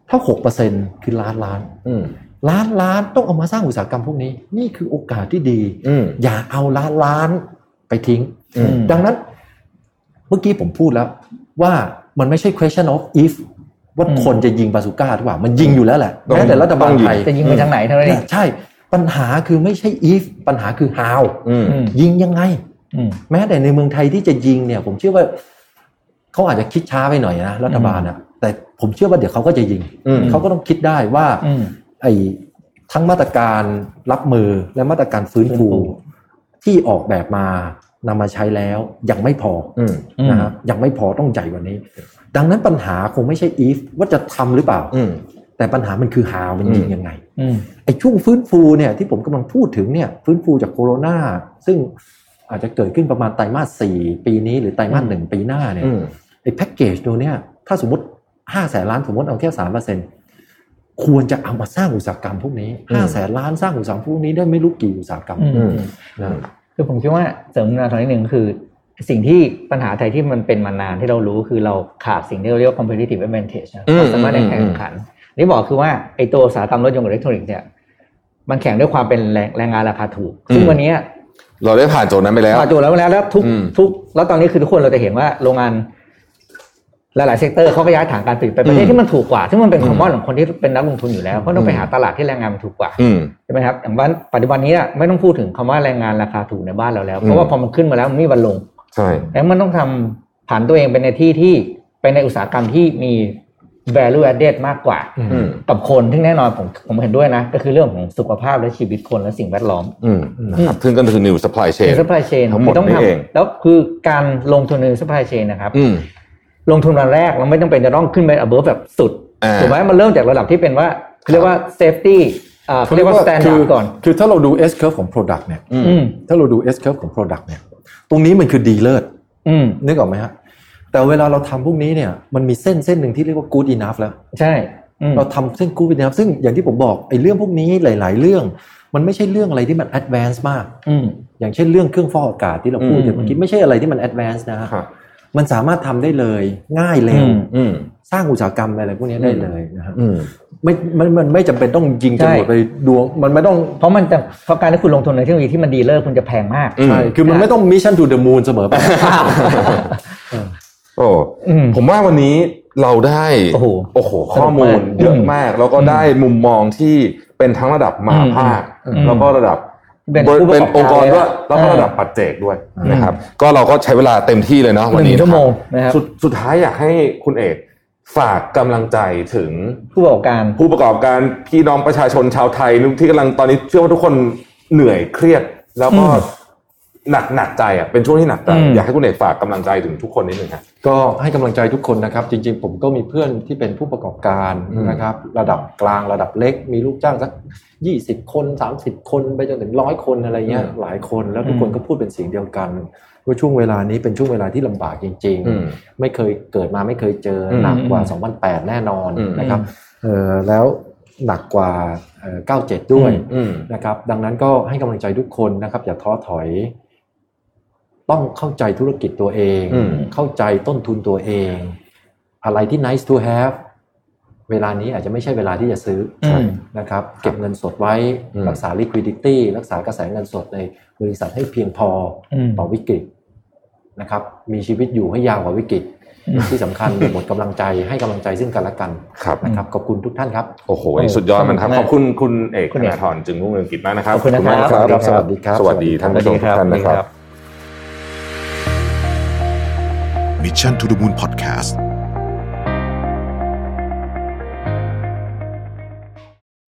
S4: ถ้า6%คือล้านล้าน
S2: อืม
S4: ล้านล้านต้องเอามาสร้างอุตสาหกรรมพวกนี้ นี่คือโอกาสที่ดี
S2: อืม
S4: อย่าเอาล้านล้านไปทิ้ง
S2: อืม
S4: ดังนั้น เมื่อกี้ผมพูดแล้ว ว่ามันไม่ใช่ question of if ว่า
S3: อืม
S4: คนจะยิงบาซูก้าหรือเปล่า มันยิงอยู่แล้วแหละ
S2: ต้อง
S4: แม้แต่รัฐบาล
S2: ต้องยิง
S4: ไทย
S3: จะยิงไปทางไหนเท่านั้นเอ
S4: เนี่ย
S3: ง
S4: ใช่ ปัญหาคือไม่ใช่ if ปัญหาคือ how
S2: อืม
S3: อืม
S4: ยิงยังไง
S3: อืม
S4: แม้แต่ในเมืองไทยที่จะยิงเนี่ย ผมเชื่อว่าเขาอาจจะคิดช้าไปหน่อยนะรัฐบาลนะแต่ผมเชื่อว่าเดี๋ยวเขาก็จะยิง
S2: อืม
S4: เขาก็ต้องคิดได้ว่า
S3: อืม
S4: ไอ้ทั้งมาตรการรับมือและมาตรการฟื้นฟู
S3: ฟื้นฟู
S4: ที่ออกแบบมานำมาใช้แล้วยังไม่พอ
S2: อืม
S3: อืม
S4: นะฮะยังไม่พอต้องใหญ่กว่านี้ ดังนั้นปัญหาคงไม่ใช่ if ว่าจะทำหรือเปล่า
S2: อืม
S4: แต่ปัญหามันคือ how มันยิง
S2: อืม
S4: ยังไง
S3: อืม
S4: ไอ้ช่วงฟื้นฟูเนี่ยที่ผมกำลังพูดถึงเนี่ยฟื้นฟูจากโควิดซึ่งอาจจะเกิดขึ้นประมาณไตรมาสสี่ปีนี้หรือไตรมาสหนึ่งปีหน้าเนี่ย
S2: อืม
S4: ไอ้แพ็กเกจตัวเนี้ยถ้าสมมติห้าแสนล้านสมมติเอาแค่สามเปอร์เซ็นควรจะเอามาสร้างอุตสาหกรรมพวกนี้
S2: อืม
S4: ห้าแสนล้านสร้างอุตสาหกรรมพวกนี้ได้ไม่รู้กี่อุตสาหกรรม
S3: อืม
S2: อืม
S4: นะ
S3: คือผมคิดว่าเสริมนาทอนนิดหนึ่งคือ สิ่งที่ปัญหาไทยที่มันเป็นมานานที่เรารู้คือเราขาดสิ่งที่เราเรียกว่า competitive advantage นะ
S2: อืม
S3: ความสามารถในการแข่งขันนี่บอกคือว่าไอตัวอุตสาหกรรมรถยนต์กับอิเล็กทรอนิกส์เนี่ยมันแข่งด้วยความเป็นแรงแรงงานราคาถูก ซึ่ง
S2: อืม
S3: วันเนี้ย
S2: เราได้ผ่านโจทย์นั้นไปแล้ว
S3: มาจูแล้วแล้วแล้วทุก
S2: อืม
S3: ทุกแล้วตอนนี้คือทุกคนเราจะเห็นว่าโรงงานหลายๆเซกเตอร์เขาก็ย้ายฐานการผลิตไปประเท
S2: อื
S3: ศ
S2: ม
S3: ที่มันถูกกว่า ซึ่งมันเป็นคอมมอน
S2: อืม
S3: ของคนที่เป็นนักลงทุนอยู่แล้วเพราะต้องไป
S2: อืม
S3: หาตลาดที่แรงงานมันถูกกว่า
S2: อืม
S3: ใช่ไหมครับอย่างว่าปัจจุบันนี้อะไม่ต้องพูดถึงคำว่าแรงงานราคาถูกในบ้านเราแล้ว
S2: อืม
S3: เพราะว่าพอมันขึ้นมาแล้วมันไม่บรรลง
S2: ใช่
S3: แล้วมันต้องทำผ่านตัวเองไปในที่ที่ไปในอุตสาหกรรมที่มี value added มากกว่า
S2: อืม
S3: กับคนที่แน่นอนผมผมเห็นด้วยนะ ก็คือเรื่องของสุขภาพและชีวิตคนและสิ่งแวดล้อม
S2: อืมนะครับซึ่งก็คือ new supply
S3: ใน
S2: chain
S3: supply chain
S2: ทั้งหมด
S3: คือต้อง
S2: นี่เอง
S3: ทำแล้วคือการลงทุนใน supply chain นะครับ
S2: อืม
S3: ลงทุนวันแรกเราไม่ต้องเป็นจะต้องขึ้นไป above แบบสุด
S2: อ่า
S3: ถูกไหมมันเริ่มจากระดับที่เป็นว่าเรียกว่า safety อ่าเขาเรียกว่า standard ก่อน
S4: คือถ้าเราดู S curve ของ Product เนี่ย
S2: อืม
S3: อืม
S4: ถ้าเราดู S curve ของ Product เนี่ย ตรงนี้มันคือดีเลิศ
S3: อืม
S4: นึกออกไหมฮะ แต่เวลาเราทำพวกนี้เนี่ยมันมีเส้นเส้นหนึ่งที่เรียกว่า good enough แล้ว
S3: ใช่อืม
S4: เราทำเส้น good enough ซึ่งอย่างที่ผมบอกไอ้เรื่องพวกนี้หลาย ๆ เรื่อง มันไม่ใช่เรื่องอะไรที่มัน advance มาก
S3: อืม
S4: อย่างเช่นเรื่องเครื่องฟอกอากาศที่เราพูด
S2: อืม
S4: กันเมื่อกี้ไม่ใช่อะไรที่มันแอดวานซ์นะฮะ
S2: ครับ
S4: มันสามารถทำได้เลยง่ายเร็ว
S3: อืม
S2: อืม
S4: สร้างอุตสาหกรรมอะไรพวกนี้ได้เลยนะฮะ
S2: อืม
S4: ไม่มันมันไม่จำเป็นต้องยิงจนหมด
S3: ใช่
S4: ไปดวงมันไม่ต้อง
S3: เพราะมันจะเพราะการที่คุณลงทุนในเทคโนโลยีที่มันดีเลิศคุณจะแพงมาก
S2: อืม
S4: ใช่คือมันไม่ต้องมิชชั่นทูเดอะมูนเสมอไป
S2: โอ้
S3: อืม
S2: ผมว่าวันนี้เราได้
S3: โอ้โห
S2: โอ้โห
S3: สนุกมาก
S2: ข้อมูลเยอะ
S3: อืม
S2: มาก แล้วก็ได้มุมมองที่เป็นทั้งระดับมหาภาค
S3: อืม
S2: แล้วก็ระดับ
S3: เป็น
S2: บริ
S3: ผู้ป
S2: เป็
S3: ระ
S2: น
S3: กอบ
S2: องค์กร
S3: การ
S2: ด้วยแล้วก็
S3: อ่า
S2: ระดับปัจเจกด้วยนะครับ ก็เราก็ใช้เวลาเต็มที่เลยเนาะวัน
S3: หนึ่
S2: นี้
S3: ง
S2: นะ
S3: ชั่วโมงนะ
S2: ค
S3: ค
S2: รั
S3: รั
S2: บบ สุดสุดท้ายอยากให้คุณเอกฝากกำลังใจถึง
S3: ผู้ประกอบการ
S2: ผู้ประกอบการพี่น้องประชาชนชาวไทยที่กำลังตอนนี้เชื่อว่าทุกคนเหนื่อยเครียด แล้วก็
S3: อืม
S2: หนักหนักใจอ่ะเป็นช่วงที่หนักใจ
S3: อืม
S2: อยากให้คุณเอกฝากกำลังใจถึงทุกคนนิดหนึ่งครับ
S4: ก็ให้กำลังใจทุกคนนะครับ จริง ๆ ผมก็มีเพื่อนที่เป็นผู้ประกอบการ
S2: อืม
S4: นะครับ ระดับกลางระดับเล็ก มีลูกจ้างสักยี่สิบคนสามสิบคนไปจนถึงร้อยคนอะไรเงี้ยหลายคนแล้วทุกคน
S3: อืม
S4: ก็พูดเป็นเสียงเดียวกันว่าช่วงเวลานี้เป็นช่วงเวลาที่ลำบากจริง
S2: อืม
S4: ๆ ไม่เคยเกิดมาไม่เคยเจออ
S2: ม
S4: หนักกว่า
S3: อืม
S4: 2008 แน่นอน
S2: อืม
S4: นะครับเออแล้วหนักกว่าเอ่อ97 ด้วย
S3: อืม
S2: อืม
S4: นะครับดังนั้นก็ให้กำลังใจทุกคนนะครับ อย่าท้อถอย ต้องเข้าใจธุรกิจตัวเอง
S2: อืม
S4: เข้าใจต้นทุนตัวเอง อะไรที่ nice to have เวลานี้อาจจะไม่ใช่เวลาที่จะซื้อ
S3: อืม
S4: นะครับ เก็บเงินสดไว้
S2: อืม
S4: รักษา liquidity รักษากระแสเงินสดในบริษัทให้เพียงพอ
S3: อืม
S4: ต่อวิกฤตนะครับ มีชีวิตอยู่ให้ยาวกว่าวิกฤต
S3: อืม
S4: ที่สำคัญหมดกำลังใจให้กำลังใจซึ่งกันและกัน
S2: ครับ
S4: นะครับขอบคุณทุกท่านครับ
S2: โอ้โหวันนี้สุดยอดมันครับขอบคุณคุณเอกธนาธรจึงรุ่งเรืองกิจมากนะครับ
S3: ขอบคุณนะครับ
S2: มาก
S4: สวัสดีครับ
S2: สวัสดีท่านผู้ชมทุกท่านนะครับ
S1: Mission to the Moon Podcast